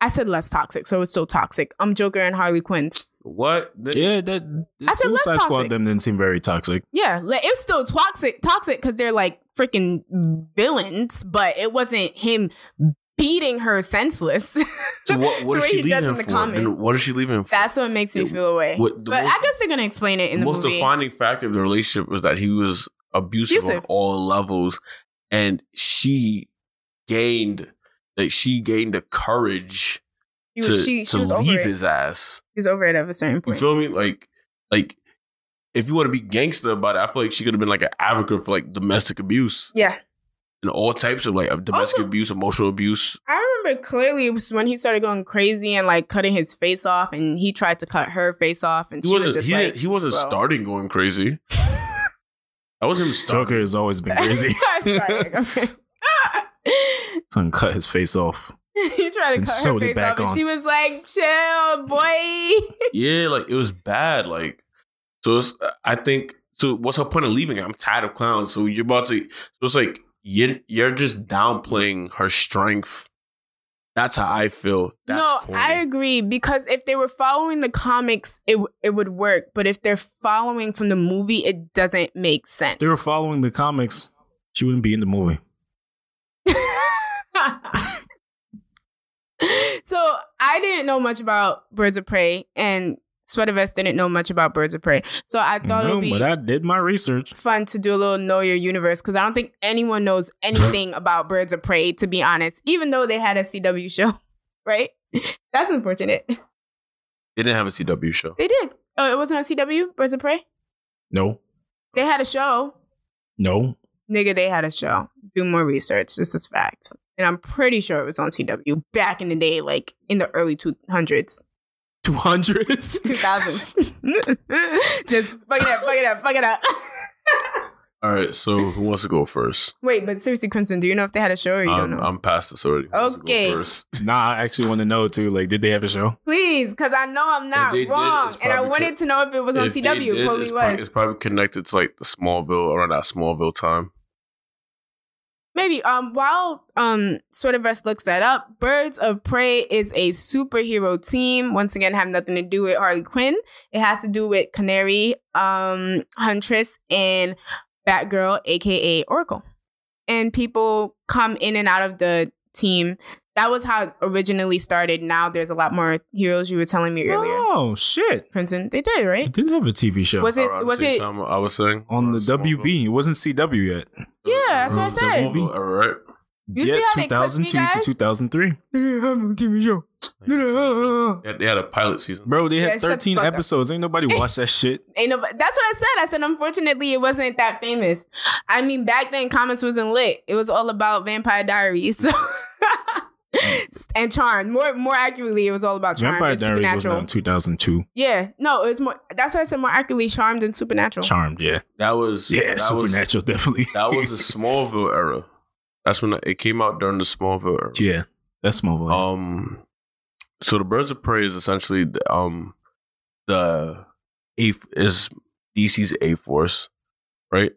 I said less toxic, so it's still toxic. I'm Joker and Harley Quinn's.
What?
Yeah, that
I said less
Suicide Squad
toxic.
them didn't seem very toxic.
Yeah, like, it's still toxic, toxic because they're like freaking villains, but it wasn't him beating her senseless.
So what, what
The
is
way
she
he
leaving
does
him
in the
for?
comment.
And what is she leaving him for?
That's what makes me
Yeah,
feel away.
what- the
but
most-
I guess they're gonna explain it in
the
the
most
movie.
defining factor of the relationship was that he was abusive, on
Abusive.
all levels, and she gained like she gained the courage
She
to,
was- she, she
to
was over
leave
it.
his ass.
She was over it at a certain
You
point.
feel me? Like, like if you want to be gangster about it, I feel like she could have been like an advocate for like domestic abuse
yeah,
and all types of like domestic
Also-
abuse, emotional abuse.
I remember clearly it was when he started going crazy and like cutting his face off, and he tried to cut her face off, and
He
she was
wasn't.
just
he,
like,
he wasn't
bro.
starting going crazy. That was him starting.
Joker has always been crazy.
Sorry, okay.
Son cut his face off.
he tried to
And
cut her
sewed it
face
back
off, and
on.
she was like, "Chill, boy."
yeah, like it was bad. Like so, it's, uh, I think so. What's her point of leaving? I'm tired of clowns. So you're about to. So it's like you're you're just downplaying her strength. That's how I feel. That's
no,
corny.
I agree because if they were following the comics, it w- it would work. But if they're following from the movie, it doesn't make sense.
If they were following the comics, she wouldn't be in the movie.
so I didn't know much about Birds of Prey, and Sweater Vest didn't know much about Birds of Prey. So I thought it
No,
would be
but I did my research.
fun to do a little Know Your Universe because I don't think anyone knows anything about Birds of Prey, to be honest, even though they had a CW show, right? That's unfortunate.
They didn't have a CW show.
They did. Oh, it wasn't on CW, Birds of Prey?
No,
They had a show.
no.
Nigga, they had a show. Do more research. This is facts. And I'm pretty sure it was on CW back in the day, like in the early 200s.
200s.
2000s. Just fuck it up, fuck it up, fuck it up.
All right, so who wants to go first?
Wait, but seriously, Crimson, do you know if they had a show or you don't
I'm,
know?
I'm past this already. Who wants to go
Okay.
first?
nah, I actually want to know too. Like, did they have a show?
Please, because I know I'm not
they did,
wrong.
it's
and I
probably
wanted
co-
to know if it was on
If they
CW.
did,
probably was.
it's, probably, it's probably connected to like the Smallville around that Smallville time.
Maybe. Um, while um Sweaterverse looks that up, Birds of Prey is a superhero team. Once again, have nothing to do with Harley Quinn. It has to do with Canary, um, Huntress, and Batgirl, aka Oracle. And people come in and out of the team. That was how it originally started. Now there's a lot more heroes. You were telling me earlier,
Oh shit!
Crimson. They did
It
right.
did have a TV show
Was it?
Around the
Was
same
it?
time I was saying
on the
around Smallville.
WB. It wasn't CW yet.
Yeah, that's what I
Around
said.
Smallville, All right.
You see how they clipped me,
2002 to
guys?
2003. They didn't have a TV show.
Yeah, they had a pilot season.
Bro, they had
Yeah, shut the
13
fuck up.
episodes. Ain't nobody watched that shit.
Ain't nobody, that's what I said. I said, unfortunately, it wasn't that famous. I mean, back then, comics wasn't lit. It was all about Vampire Diaries so and Charmed. More, more accurately, it was all about Charmed
Vampire
and
Diaries was
Supernatural.
not in 2002.
yeah, no, it was more. That's why I said more accurately, Charmed and Supernatural.
Charmed, yeah.
That was
Yeah,
That was,
Supernatural, definitely.
that was the Smallville era. That's when it came out during the Smallville era.
yeah, that's Smallville.
Um, so the Birds of Prey is essentially the, um the A is DC's A Force, right?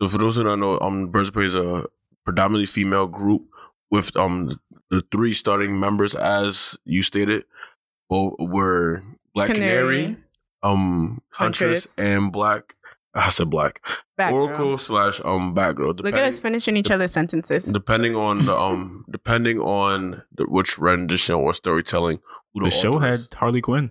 So for those who don't know, um, Birds of Prey is a predominantly female group with um the three starting members, as you stated, well, were Black Canary,
Canary.
um Huntress,
Huntress.
and Black. I said Black
Batgirl.
Oracle slash um Batgirl.
Look at
depending-
us finishing each other's sentences.
depending on the um depending on the, which rendition or storytelling who
the show
author
had
is.
Harley Quinn.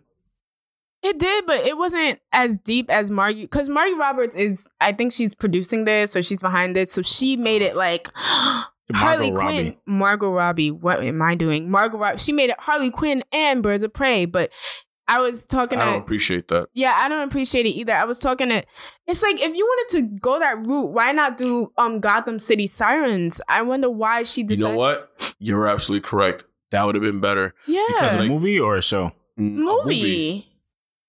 It did, but it wasn't as deep as Margie because Margie Roberts is. I think she's producing this, or she's behind this, so she made it like Harley
Margot
Quinn,
Robbie.
Margot Robbie. What am I doing? Margot Robbie. She made it Harley Quinn and Birds of Prey, but I was talking
i don't
to.
appreciate that
Yeah, I don't appreciate it either. I was talking to. It's like if you wanted to go that route, why not do um Gotham City Sirens? I wonder why she
you
decided.
know what you're absolutely correct that would have been better
Yeah,
Because,
A
like-
movie or a show?
Mm, a
movie.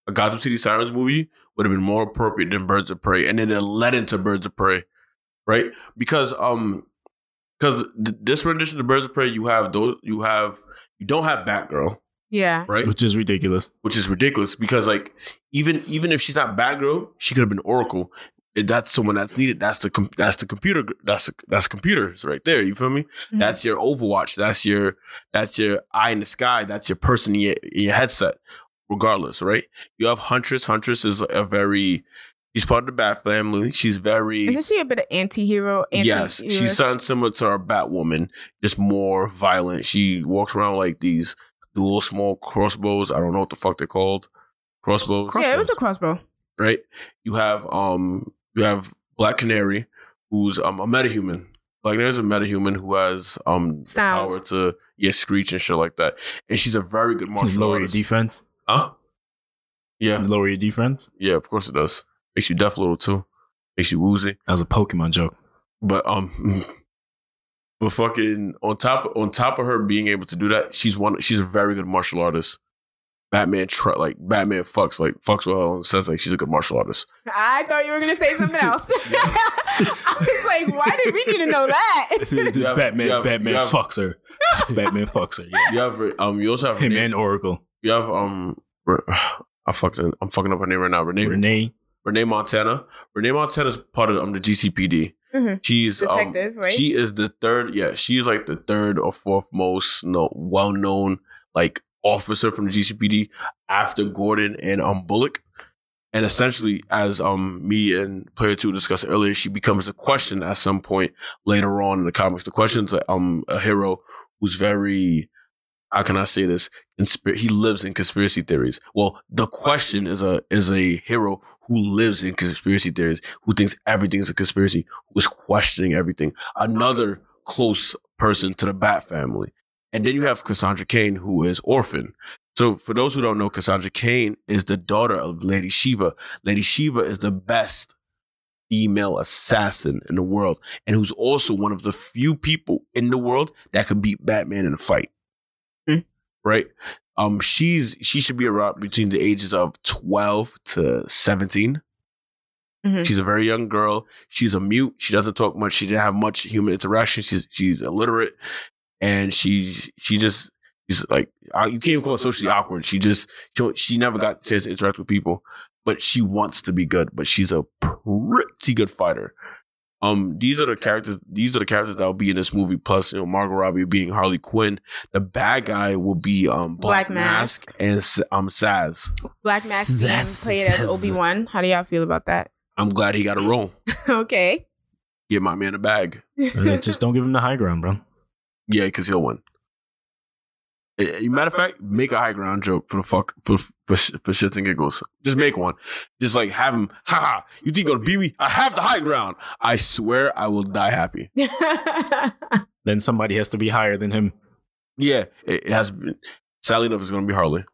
a gotham city sirens movie would have been more appropriate than birds of prey and then it led into birds of prey right because um because th- this rendition of birds of prey you have those you have you don't have batgirl
Yeah,
right
Which is ridiculous.
which is ridiculous because like even even if she's not Batgirl, she could have been Oracle. if that's someone that's needed. That's the com- that's the computer. gr- That's the, that's computers right there. You feel me?
Mhm.
That's your Overwatch. That's your that's your eye in the sky. That's your person in your, in your headset. Regardless, right? You have Huntress. Huntress is a very she's part of the Bat family. She's very
Isn't she a bit of anti-hero? anti
yes. She's something similar to our Batwoman, just more violent. She walks around like these dual small crossbows. I don't know what the fuck they're called. Crossbows.
yeah, it was a crossbow.
right? You have um you have Black Canary, who's um a metahuman. Black Canary's a metahuman who has um the
Sound.
power to yeah, screech and shit like that. And she's a very good martial
lower your
artist.
defense.
Huh? Yeah,
Lower your defense.
yeah, of course it does. Makes you deaf little too. Makes you woozy.
That was a Pokemon joke.
But um but fucking on top on top of her being able to do that, she's one she's a very good martial artist. Batman tr- like Batman fucks like fucks with her and says like she's a good martial artist.
I thought you were gonna say something else. I was like, why did we need to know that?
have-
Batman,
you have-
Batman
you have-
fucks her. Batman fucks her. Yeah.
You have um you also have
Him
Renee-
and Oracle.
You have um, Re- I fucked. it- I'm fucking up her name right now. Renee Renee,
Renee.
Montana. Renee Montana's part of um, the GCPD.
Mhm.
She's um,
Detective, right?
She is the third. Yeah, she's like the third or fourth most no, well known like officer from the GCPD after Gordon and um Bullock. And essentially, as um me and player two discussed earlier, she becomes a question at some point later on in the comics. The question's um a hero who's very how can I say this? Conspir- he lives in conspiracy theories. Well, the question is a is a hero who lives in conspiracy theories, who thinks everything's a conspiracy, who is questioning everything. Another close person to the Bat family. And then you have Cassandra Kane, who is orphan. So for those who don't know, Cassandra Kane is the daughter of Lady Shiva. Lady Shiva is the best female assassin in the world, and who's also one of the few people in the world that could beat Batman in a fight.
Hmm.
Right? Um, she's she should be around between the ages of twelve to 17
Mhm.
She's a very young girl. She's a mute. She doesn't talk much. She didn't have much human interaction. She's she's illiterate, and she she just she's like I- you can't even call it socially awkward. She just she, she never got a chance to interact with people but she wants to be good. But she's a pretty good fighter. Um, these are the characters. These are the characters that will be in this movie. Plus, you know, Margot Robbie being Harley Quinn. The bad guy will be um Black,
Black
Mask.
Mask.
and S- um Saz.
Black Max being
That's-
played as
that's-
Obi Wan. How do y'all feel about that?
I'm glad he got a role.
okay.
Get my man a bag.
Uh, Just don't give him the high ground, bro.
Yeah, because he'll win. Eh, eh, Matter of fact, make a high ground joke for the fuck for for, sh- for shits and giggles. Just make one. Just like have him. Ha ha! You think you're gonna beat me? I have the high ground. I swear I will die happy.
Then somebody has to be higher than him.
Yeah, it, it has been. Sadly enough, it's going to be Harley.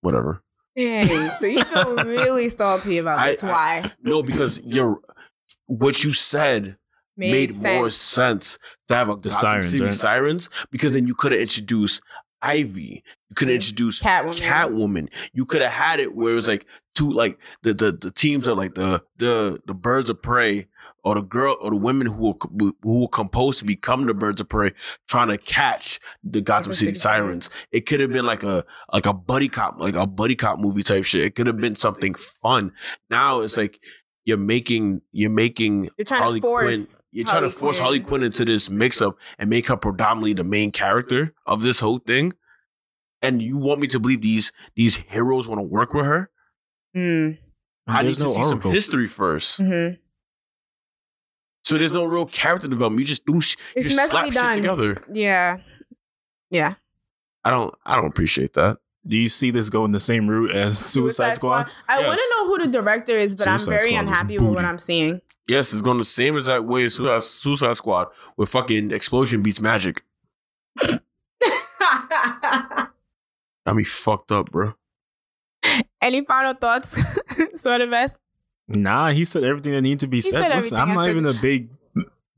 Whatever.
Dang. So you feel really salty about
I-
this?
I-
Why?
No, because you're what you said made, more sense to have a
The
Gotham
sirens,
City
right?
sirens because then you could have introduced Ivy. You could have introduced
Catwoman.
Catwoman. You could have had it where it was like two like the the, the teams are like the the the birds of prey or the girl or the women who were who were composed to become the birds of prey trying to catch the Gotham City sirens. It could have been like a like a buddy cop like a buddy cop movie type shit. It could have been something fun. Now it's like you're making you're making
You're trying
Harley
to force.
Quinn. You're trying to
Harley
force
Quinn.
Harley Quinn into this mix up and make her predominantly the main character of this whole thing. And you want me to believe these these heroes want to work with her?
Mm,
I need to see some history first.
mhm.
So there's no real character development. You just do sh- you
It's
just slap
messily
shit
done.
together.
Yeah. Yeah.
I don't I don't appreciate that.
Do you see this going the same route as Suicide, Squad?
I
Yes.
want to know who the director is, but
Suicide
I'm very
Squad was
unhappy with what
booty.
I'm seeing.
Yes, it's going the same exact way as Suicide, Suicide Squad, where fucking explosion beats magic. Got me fucked up, bro.
Any final thoughts? sort of best.
Nah, he said everything that needed to be said.
said
Listen,
everything
I'm
I
not
said.
even a big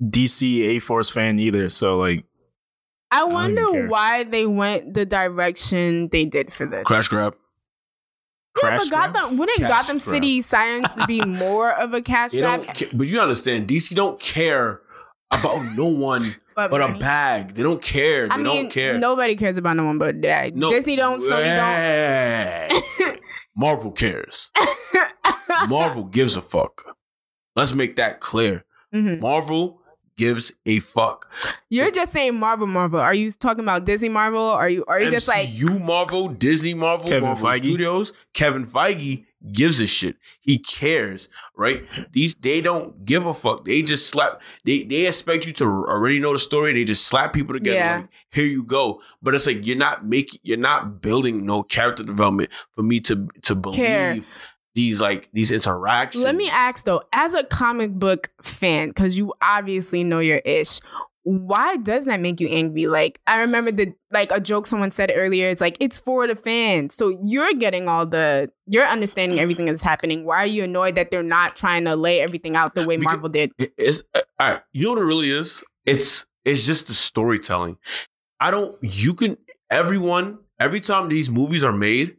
DC A Force fan either, so like
I
don't even
wonder
care.
why they went the direction they did for this.
Crash grab.
yeah,
Crash
but
Grab?
Gotham wouldn't
Cash
Gotham
grab.
City Sirens be more of a cash
They
grab?
don't, ca- but you understand, DC don't care about no one but a
Bernie.
bag. They don't care. They
I mean,
don't care.
nobody cares about no one but that.
No.
Disney don't, Sony
Yeah. Marvel cares.
don't.
Marvel gives a fuck. Let's make that clear.
Mhm.
Marvel gives a fuck.
You're just saying Marvel, Marvel. Are you talking about Disney Marvel? Are you are you just like
you Marvel, Disney Marvel,
Kevin
Marvel
Feige.
Studios, Kevin Feige gives a shit. He cares, right? These they don't give a fuck. They just slap. They they expect you to already know the story. They just slap people together.
Yeah.
Like, here you go. But it's like you're not making. You're not building no character development for me to to believe
Care.
these like these interactions.
Let me ask though, as a comic book fan, because you obviously know your ish, why does that make you angry? Like I remember the like a joke someone said earlier. It's like it's for the fans. So you're getting all the you're understanding everything that's happening. Why are you annoyed that they're not trying to lay everything out the way
Because-
Marvel did?
It- it's uh, all right. You know what it really is? It's it's just the storytelling. I don't. You can everyone every time these movies are made,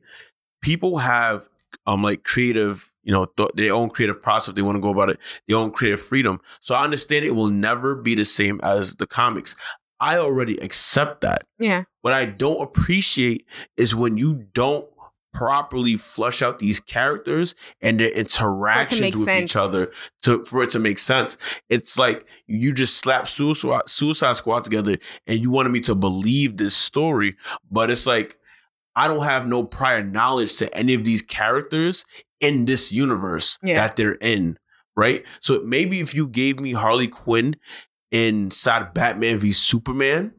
people have um like creative you know th- their own creative process. They want to go about it. Their own creative freedom. So I understand it will never be the same as the comics. I already accept that.
Yeah.
What I don't appreciate is when you don't properly flush out these characters and their interactions
make
with
sense.
each other to for it to make sense. It's like you just slap Suicide, Suicide Squad together and you wanted me to believe this story, but it's like I don't have no prior knowledge to any of these characters in this universe
Yeah.
that they're in, right? So maybe if you gave me Harley Quinn inside Batman v Superman,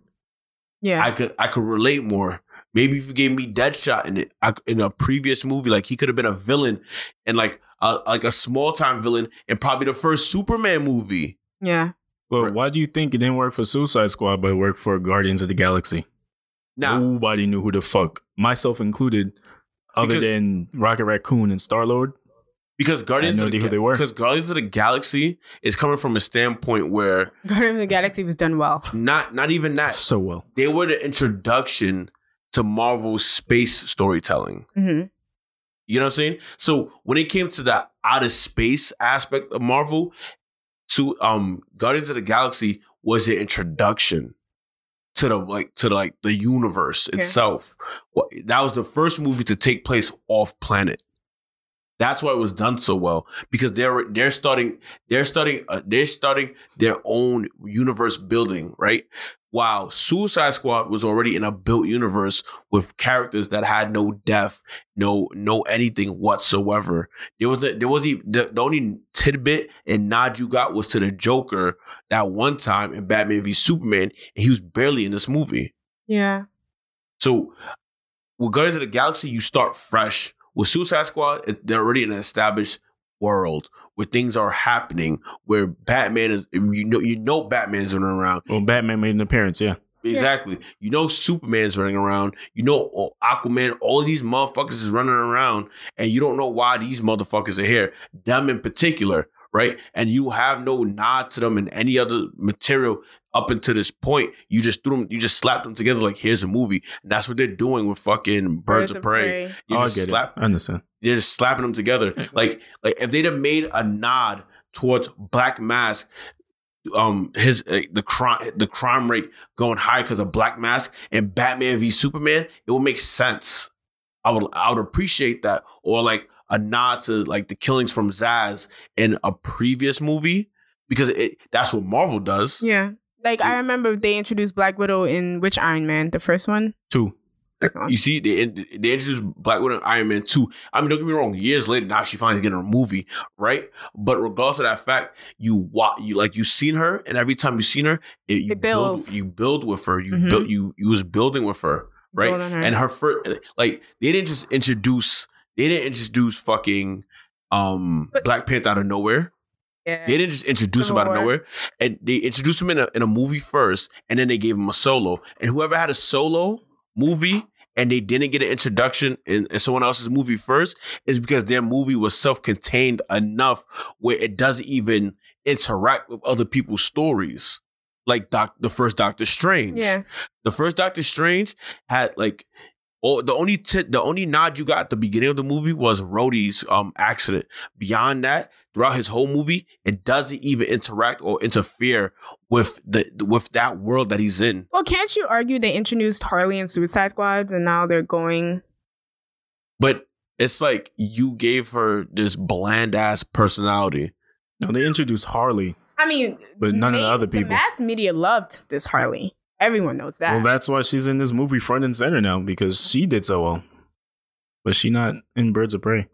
Yeah.
I could I could relate more. Maybe if you gave me Deadshot in it I, in a previous movie, like he could have been a villain and like a, like a small time villain in probably the first Superman movie.
yeah.
Well,
Right.
why do you think it didn't work for Suicide Squad, but it worked for Guardians of the Galaxy?
Now,
Nobody knew who the fuck, myself included, other
Because-
than Rocket Raccoon and Star Lord.
because Guardians
no
of the
idea who they were.
because Guardians of the Galaxy is coming from a standpoint where
Guardians of the Galaxy was done well.
not not even that
So well.
they were the introduction to Marvel's space storytelling.
hmm
You know what I'm saying? So when it came to the outer space aspect of Marvel, to um Guardians of the Galaxy was an introduction to the like to like the universe
Okay.
itself. Wha- That was the first movie to take place off planet. That's why it was done so well because they're they're starting they're starting uh, they're starting their own universe building right. Wow, Suicide Squad was already in a built universe with characters that had no death no no anything whatsoever. There was the, there was even, the, the only tidbit and nod you got was to the Joker that one time in Batman v Superman, and he was barely in this movie.
Yeah.
So with Guardians of the Galaxy, you start fresh. With Suicide Squad, it- they're already in an established world where things are happening, where Batman is you know you know Batman's running around.
Well, Batman made an appearance, yeah.
Exactly. You know Superman's running around. You know oh, Aquaman. All these motherfuckers is running around, and you don't know why these motherfuckers are here. Them in particular, right? And you have no nod to them in any other material up until this point. You just threw them. You just slapped them together like here's a movie, and that's what they're doing with fucking Birds, of Prey. You
Oh, I
just
get
slap.
it. I understand.
They're just slapping them together. Like like if they'd have made a nod towards Black Mask, um, his uh, the crime the crime rate going high because of Black Mask and Batman v Superman, it would make sense. I would I would appreciate that or like a nod to like the killings from Zaz in a previous movie because it, that's what Marvel does.
Yeah. Like I remember they introduced Black Widow in which Iron Man, the first one.
Two.
You see, they they introduced Black Widow and Iron Man 2. I mean, don't get me wrong, years later, now she finally getting her movie, right? But regardless of that fact, you wa- you like you seen her, and every time you seen her, it, you
It
build
builds.
you build with her. You
Mhm.
built you you was building with her, right?
Build on her.
And her first like they didn't just introduce they didn't introduce fucking um
But-
Black Panther out of nowhere.
Yeah.
They didn't just introduce
Civil
him out of
War.
nowhere. And they introduced him in a, in a movie first, and then they gave him a solo. And whoever had a solo movie and they didn't get an introduction in, in someone else's movie first is because their movie was self-contained enough where it doesn't even interact with other people's stories. Like Doc, the first Doctor Strange.
Yeah.
The first Doctor Strange had like oh the only t- the only nod you got at the beginning of the movie was Rhodey's um accident. Beyond that, throughout his whole movie, it doesn't even interact or interfere with the with that world that he's in.
Well, can't you argue they introduced Harley and Suicide Squads and now they're going
But it's like you gave her this bland ass personality.
No, they introduced Harley.
I mean,
But none of the other people.
mass media loved this Harley. Everyone knows that.
Well, that's why she's in this movie front and center now because she did so well. But she not in Birds of Prey.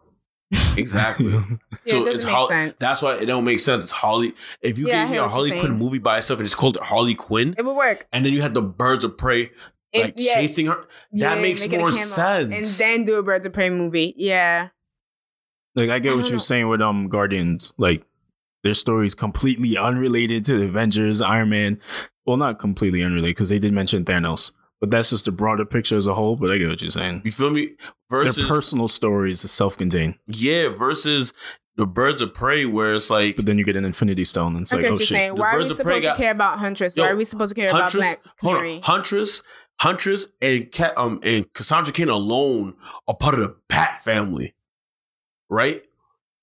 Exactly.
yeah, it doesn't make
Hol-
sense.
That's why it don't make sense. It's Holly. If you
Yeah, I
gave me
hear
a
what you're
Harley Quinn
saying.
movie by itself and just called it Harley Quinn,
it would work.
and then you had the Birds of Prey
It-
like
yeah,
chasing her, that
yeah,
makes
make it a
more
cameo.
sense.
And then do a Birds of Prey movie. Yeah.
Like I get
I
what
don't
you're
know.
saying with um Guardians. Like their story is completely unrelated to the Avengers, Iron Man. Well, not completely unrelated because they did mention Thanos, but that's just the broader picture as a whole. But I get what you're saying.
you feel me? Versus
Their personal stories is self-contained,
yeah, versus the Birds of Prey, where it's like
but then you get an Infinity Stone, and it's
I
like,
get
oh
what you're
shit,
saying.
The
Why are
Birds
we
of Prey
supposed to
got-
care about Huntress? Why
Yo,
are we supposed to care
Huntress,
about Black
hold
Canary?
on, Huntress, Huntress, and Cat, um, and Cassandra Cain alone are part of the Bat family, right?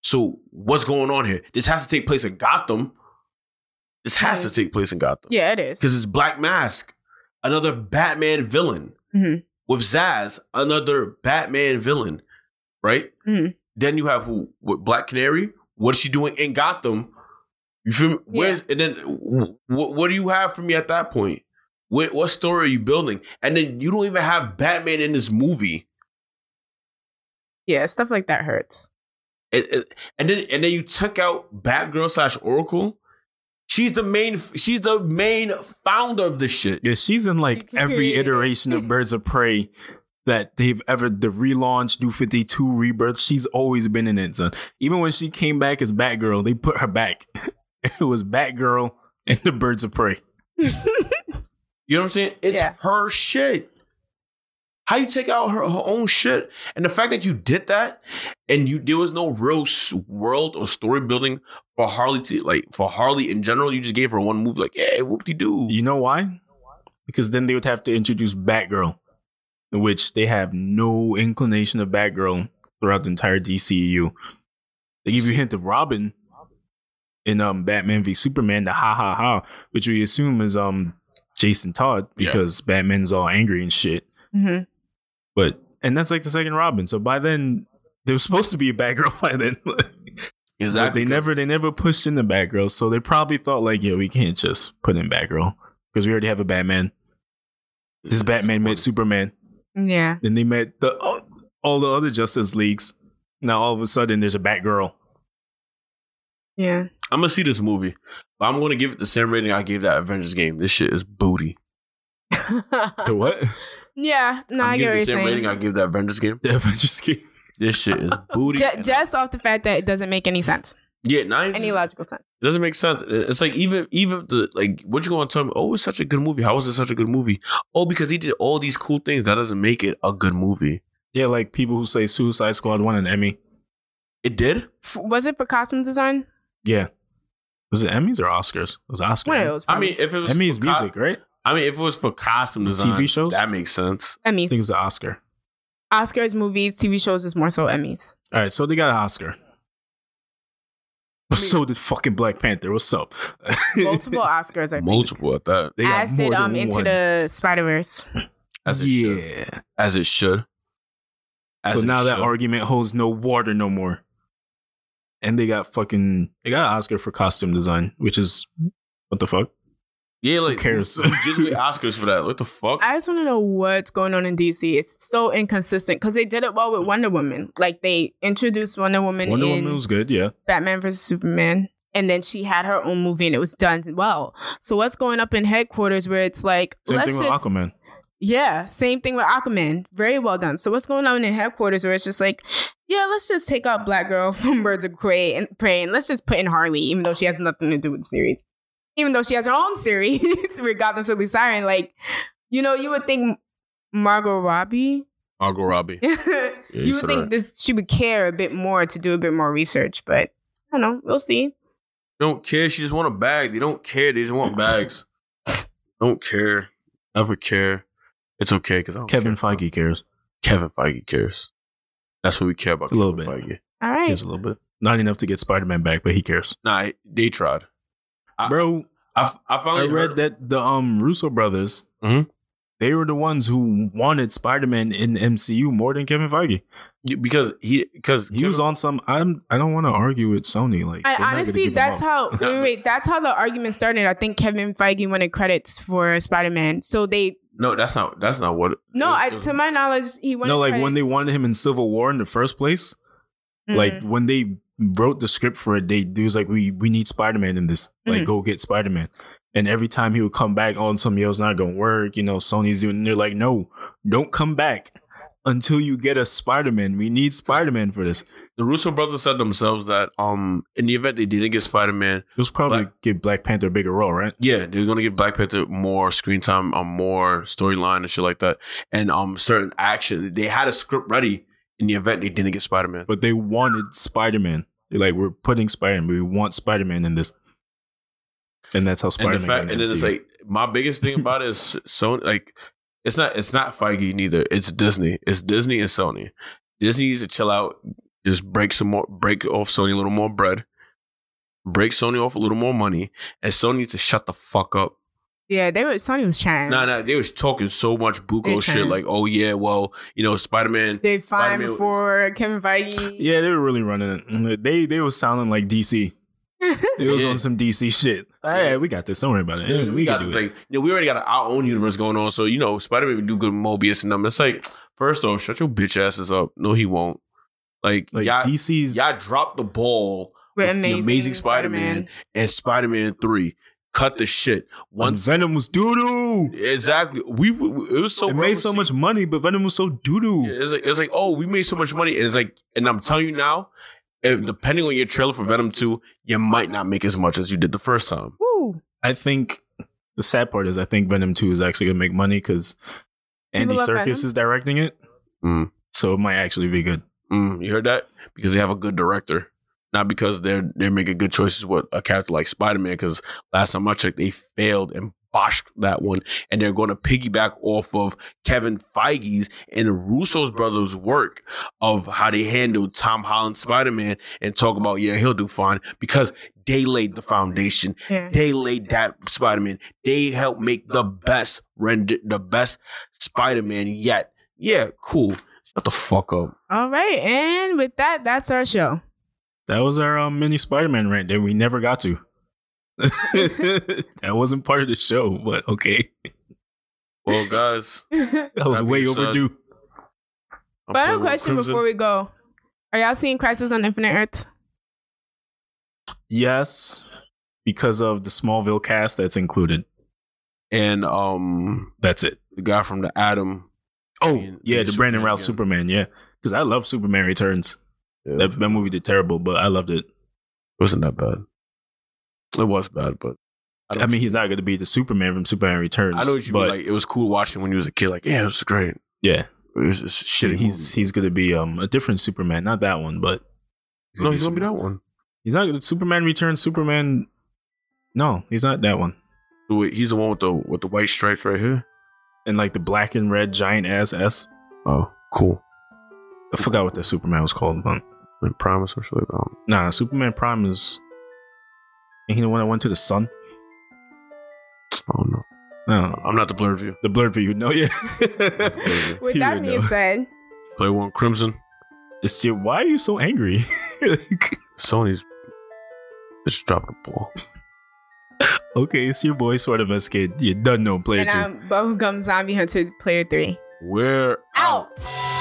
So what's going on here? This has to take place in Gotham. This has to take place in Gotham.
yeah, it is.
because it's Black Mask, another Batman villain,
Mhm.
with Zaz, another Batman villain, right?
Mhm.
Then you have who? What, Black Canary. What's she doing in Gotham? You feel me? Where's and then what? What do you have for me at that point? What, what story are you building? And then you don't even have Batman in this movie.
Yeah, stuff like that hurts.
It- it- and then and then you took out Batgirl slash Oracle. She's the main. She's the main founder of this shit.
yeah, she's in like every iteration of Birds of Prey that they've ever the relaunch, New Fifty Two, Rebirth. She's always been in it, son. Even when she came back as Batgirl, they put her back. it was Batgirl and the Birds of Prey.
You know what I'm saying? It's
Yeah.
her shit. How you take out her, her own shit, and the fact that you did that, and you there was no real s- world or story building for Harley to like for Harley in general. You just gave her one move, like hey, whoop de doo.
You know why? Because then they would have to introduce Batgirl, in which they have no inclination of Batgirl throughout the entire DCEU. They give you a hint of Robin in um Batman v Superman, the ha ha ha, which we assume is um Jason Todd
Yeah.
because Batman's all angry and shit.
hmm
But and that's like the second Robin. So by then there was supposed to be a Batgirl by then. But they never they never pushed in the Batgirl, so they probably thought like, yeah, we can't just put in Batgirl because we already have a Batman. This Batman met Superman,
Yeah.
then they met the
Oh.
all the other Justice Leagues. Now all of a sudden, there's a Batgirl.
Yeah.
I'm gonna see this movie, but I'm gonna give it the same rating I gave that Avengers game. This shit is booty.
The what?
yeah. No,
I'm
I get what
giving
you're
the same rating
saying.
I gave that Avengers game.
the Avengers game.
This shit is booty.
Ju- just off the fact that it doesn't make any sense,
yeah, not even
any
just-
logical sense.
It doesn't make sense. It's like even even the like what you gonna tell me? Oh, it's such a good movie. How is it such a good movie? Oh, because he did all these cool things. That doesn't make it a good movie.
Yeah, like people who say Suicide Squad won an Emmy.
It did.
F- was it for costume design?
Yeah, was it Emmys or Oscars? It was Oscars.
One of those.
I mean,
probably.
if it was
Emmys
for co-
music, right? I
I mean, if it was for costume
TV
design, TV
shows?
shows, that makes sense.
Emmys,
think it was an Oscar.
Oscars, movies, TV shows is more so Emmys.
All right, so they got an Oscar. But so did fucking Black Panther. What's up?
Multiple Oscars, I think.
Multiple at that,
They got
As did
more
um
than
into
one.
the Spider Verse.
as it should,
yeah.
as it should. As
so
it
now that E
should.
argument holds no water no more. And they got fucking they got an Oscar for costume design, which is what the fuck?
yeah, like
cares?
who gives me Oscars for that? What the fuck?
I just want to know what's going on in DC. It's so inconsistent because they did it well with Wonder Woman. Like they introduced Wonder Woman
Wonder
in
Woman was good, yeah.
Batman vs Superman, and then she had her own movie and it was done well. So what's going up in headquarters where it's like
Same
let's
thing with
just
Aquaman.
Yeah, same thing with Aquaman. Very well done. So what's going on in headquarters where it's just like, yeah, let's just take out Black Girl from Birds of Prey and Prey and let's just put in Harley, even though she has nothing to do with the series. Even though she has her own series with Gotham City Siren, like, you know, you would think Margot Robbie,
Margot Robbie.
you
you
would
said
think
right.
this she would care a bit more to do a bit more research, but I don't know. We'll see.
Don't care. She just want a bag. They don't care. They just want bags. don't care. Never care. It's okay because I don't
Kevin
care.
Feige cares.
Kevin Feige cares. That's what we care about.
A little
Kevin Feige.
All right.
Cares a little bit. Not enough to get Spider Man back, but he cares.
Nah, they tried. I- Oh,
Bro,
I, f- I
I
finally
read
heard-
that the um Russo brothers,
Mhm.
they were the ones who wanted Spider Man in the MCU more than Kevin Feige.
Yeah, because he because
He was on some. I'm. I don't want to argue with Sony. Like they're not
I
gonna
honestly,
give him
that's
up.
how wait, wait, wait, that's how the argument started. I think Kevin Feige wanted credits for Spider Man, so they
no, that's not that's not what.
no,
it-
I,
it was-
to my knowledge, he wanted
No, like when they
credits.
wanted him in Civil War in the first place.
Mhm.
Like
Mm-hmm.
when they wrote the script for it, they, they was like, "We we need Spider Man in this. Like,
Mm-hmm.
Mhm.
go get Spider Man." And every time he would come back, "Oh, on some yo, it's not gonna work. You know, Sony's doing. And they're like, "No, don't come back until you get a Spider Man. We need Spider Man for this."
the Russo brothers said themselves that um in the event they didn't get Spider Man,
It was probably
Black-
give Black Panther a bigger role, right?
Yeah, they're gonna give Black Panther more screen time, um, more storyline and shit like that, and um, certain action. They had a script ready in the event they didn't get Spider Man.
But they wanted Spider Man. They're like, "We're putting Spider Man. We want Spider Man in this." And that's how
And
Spider Man.
the fact, and then it's like my biggest thing about it is Sony. Like, it's not it's not Feige neither. It's Disney. It's Disney and Sony. Disney needs to chill out. Just break some more, break off Sony a little more bread, break Sony off a little more money, and Sony needs to shut the fuck up.
yeah, they were Sony was trying.
No, nah, no, nah, they was talking so much buco
They
shit.
trying.
Like, oh yeah, well, you know, Spider Man.
They fined
Spider-Man was-
for Kevin Feige.
Yeah, they were really running it. They they was sounding like DC. It was
Yeah.
on some DC shit. Hey,
Yeah.
we got this. Don't worry about it.
Yeah,
we,
we,
can
got
do
this
it.
thing. You know, we already got our own universe going on. So you know, Spider Man do good Mobius and them. It's like, first off, shut your bitch asses up. No, he won't. Like,
Like
y'all,
DC's.
y'all dropped the ball
With
with the Amazing Spider-Man. and Spider Man Three. Cut the shit.
one
One
Venom was doo doo.
exactly. We, we- it was so
It made so much money, but Venom was so doo doo.
It's like it's like oh, we made so much money. And it's like, and I'm telling you now, if, depending on your trailer for Venom Two, you might not make as much as you did the first time.
Woo.
I think the sad part is I think Venom Two is actually gonna make money because Andy
People love
Serkis
Venom.
is directing it,
Mm.
so it might actually be good.
Mm, you heard that? Because they have a good director, not because they're they're making good choices with a character like Spider Man. Because last time I checked, they failed and botched that one, and they're going to piggyback off of Kevin Feige's and Russo's brothers' work of how they handled Tom Holland Spider Man and talk about yeah he'll do fine because they laid the foundation
Yeah.
they laid that Spider-Man. They helped make the best render the best Spider-Man yet. Yeah, cool. Shut the fuck up.
All right, and with that, that's our show.
That was our um, mini Spider Man rant that we never got to. that wasn't part of the show, but okay,
Well, guys,
that was
That
way
being said,
overdue.
Final question before we go: Are y'all seeing Crisis on Infinite Earths?
Yes, because of the Smallville cast that's included.
and um
That's it.
the guy from the Atom.
Oh,
Being-
yeah,
being
the Brandon
Superman,
Routh
yeah.
Superman. Yeah, because I love Superman Returns. That, that movie did terrible, but I loved it.
wasn't that bad. It was bad, but I,
I,
don't-
mean, he's not going to be the Superman from Superman Returns.
I know what you
but
mean. Like it was cool watching when you was a kid. Like yeah, it was great.
yeah,
It was just shitty.
he's he's going to be um a different Superman, not that one, but
no, he's gonna be that one.
He's not Superman Returns. Superman. No, he's not that one.
Wait, he's the one with the with the white stripes right here.
And like the black and red giant ass S.
Oh, cool.
I forgot what that Superman was called. But
Like Prime or something like that.
nah, Superman Prime is. Ain't he the one that went to the sun?
I don't know.
No,
I'm not the blurred view.
the blurb for you. No, yeah.
With
You
that
would
being
know.
said,
Play one Crimson.
It's your, why are you so angry?
Sony's just dropped the ball.
okay, it's your boy, sort of a kid. You done know player
and
two.
I'm Bubblegum Zombie Hunter Player Three.
We're out.
out.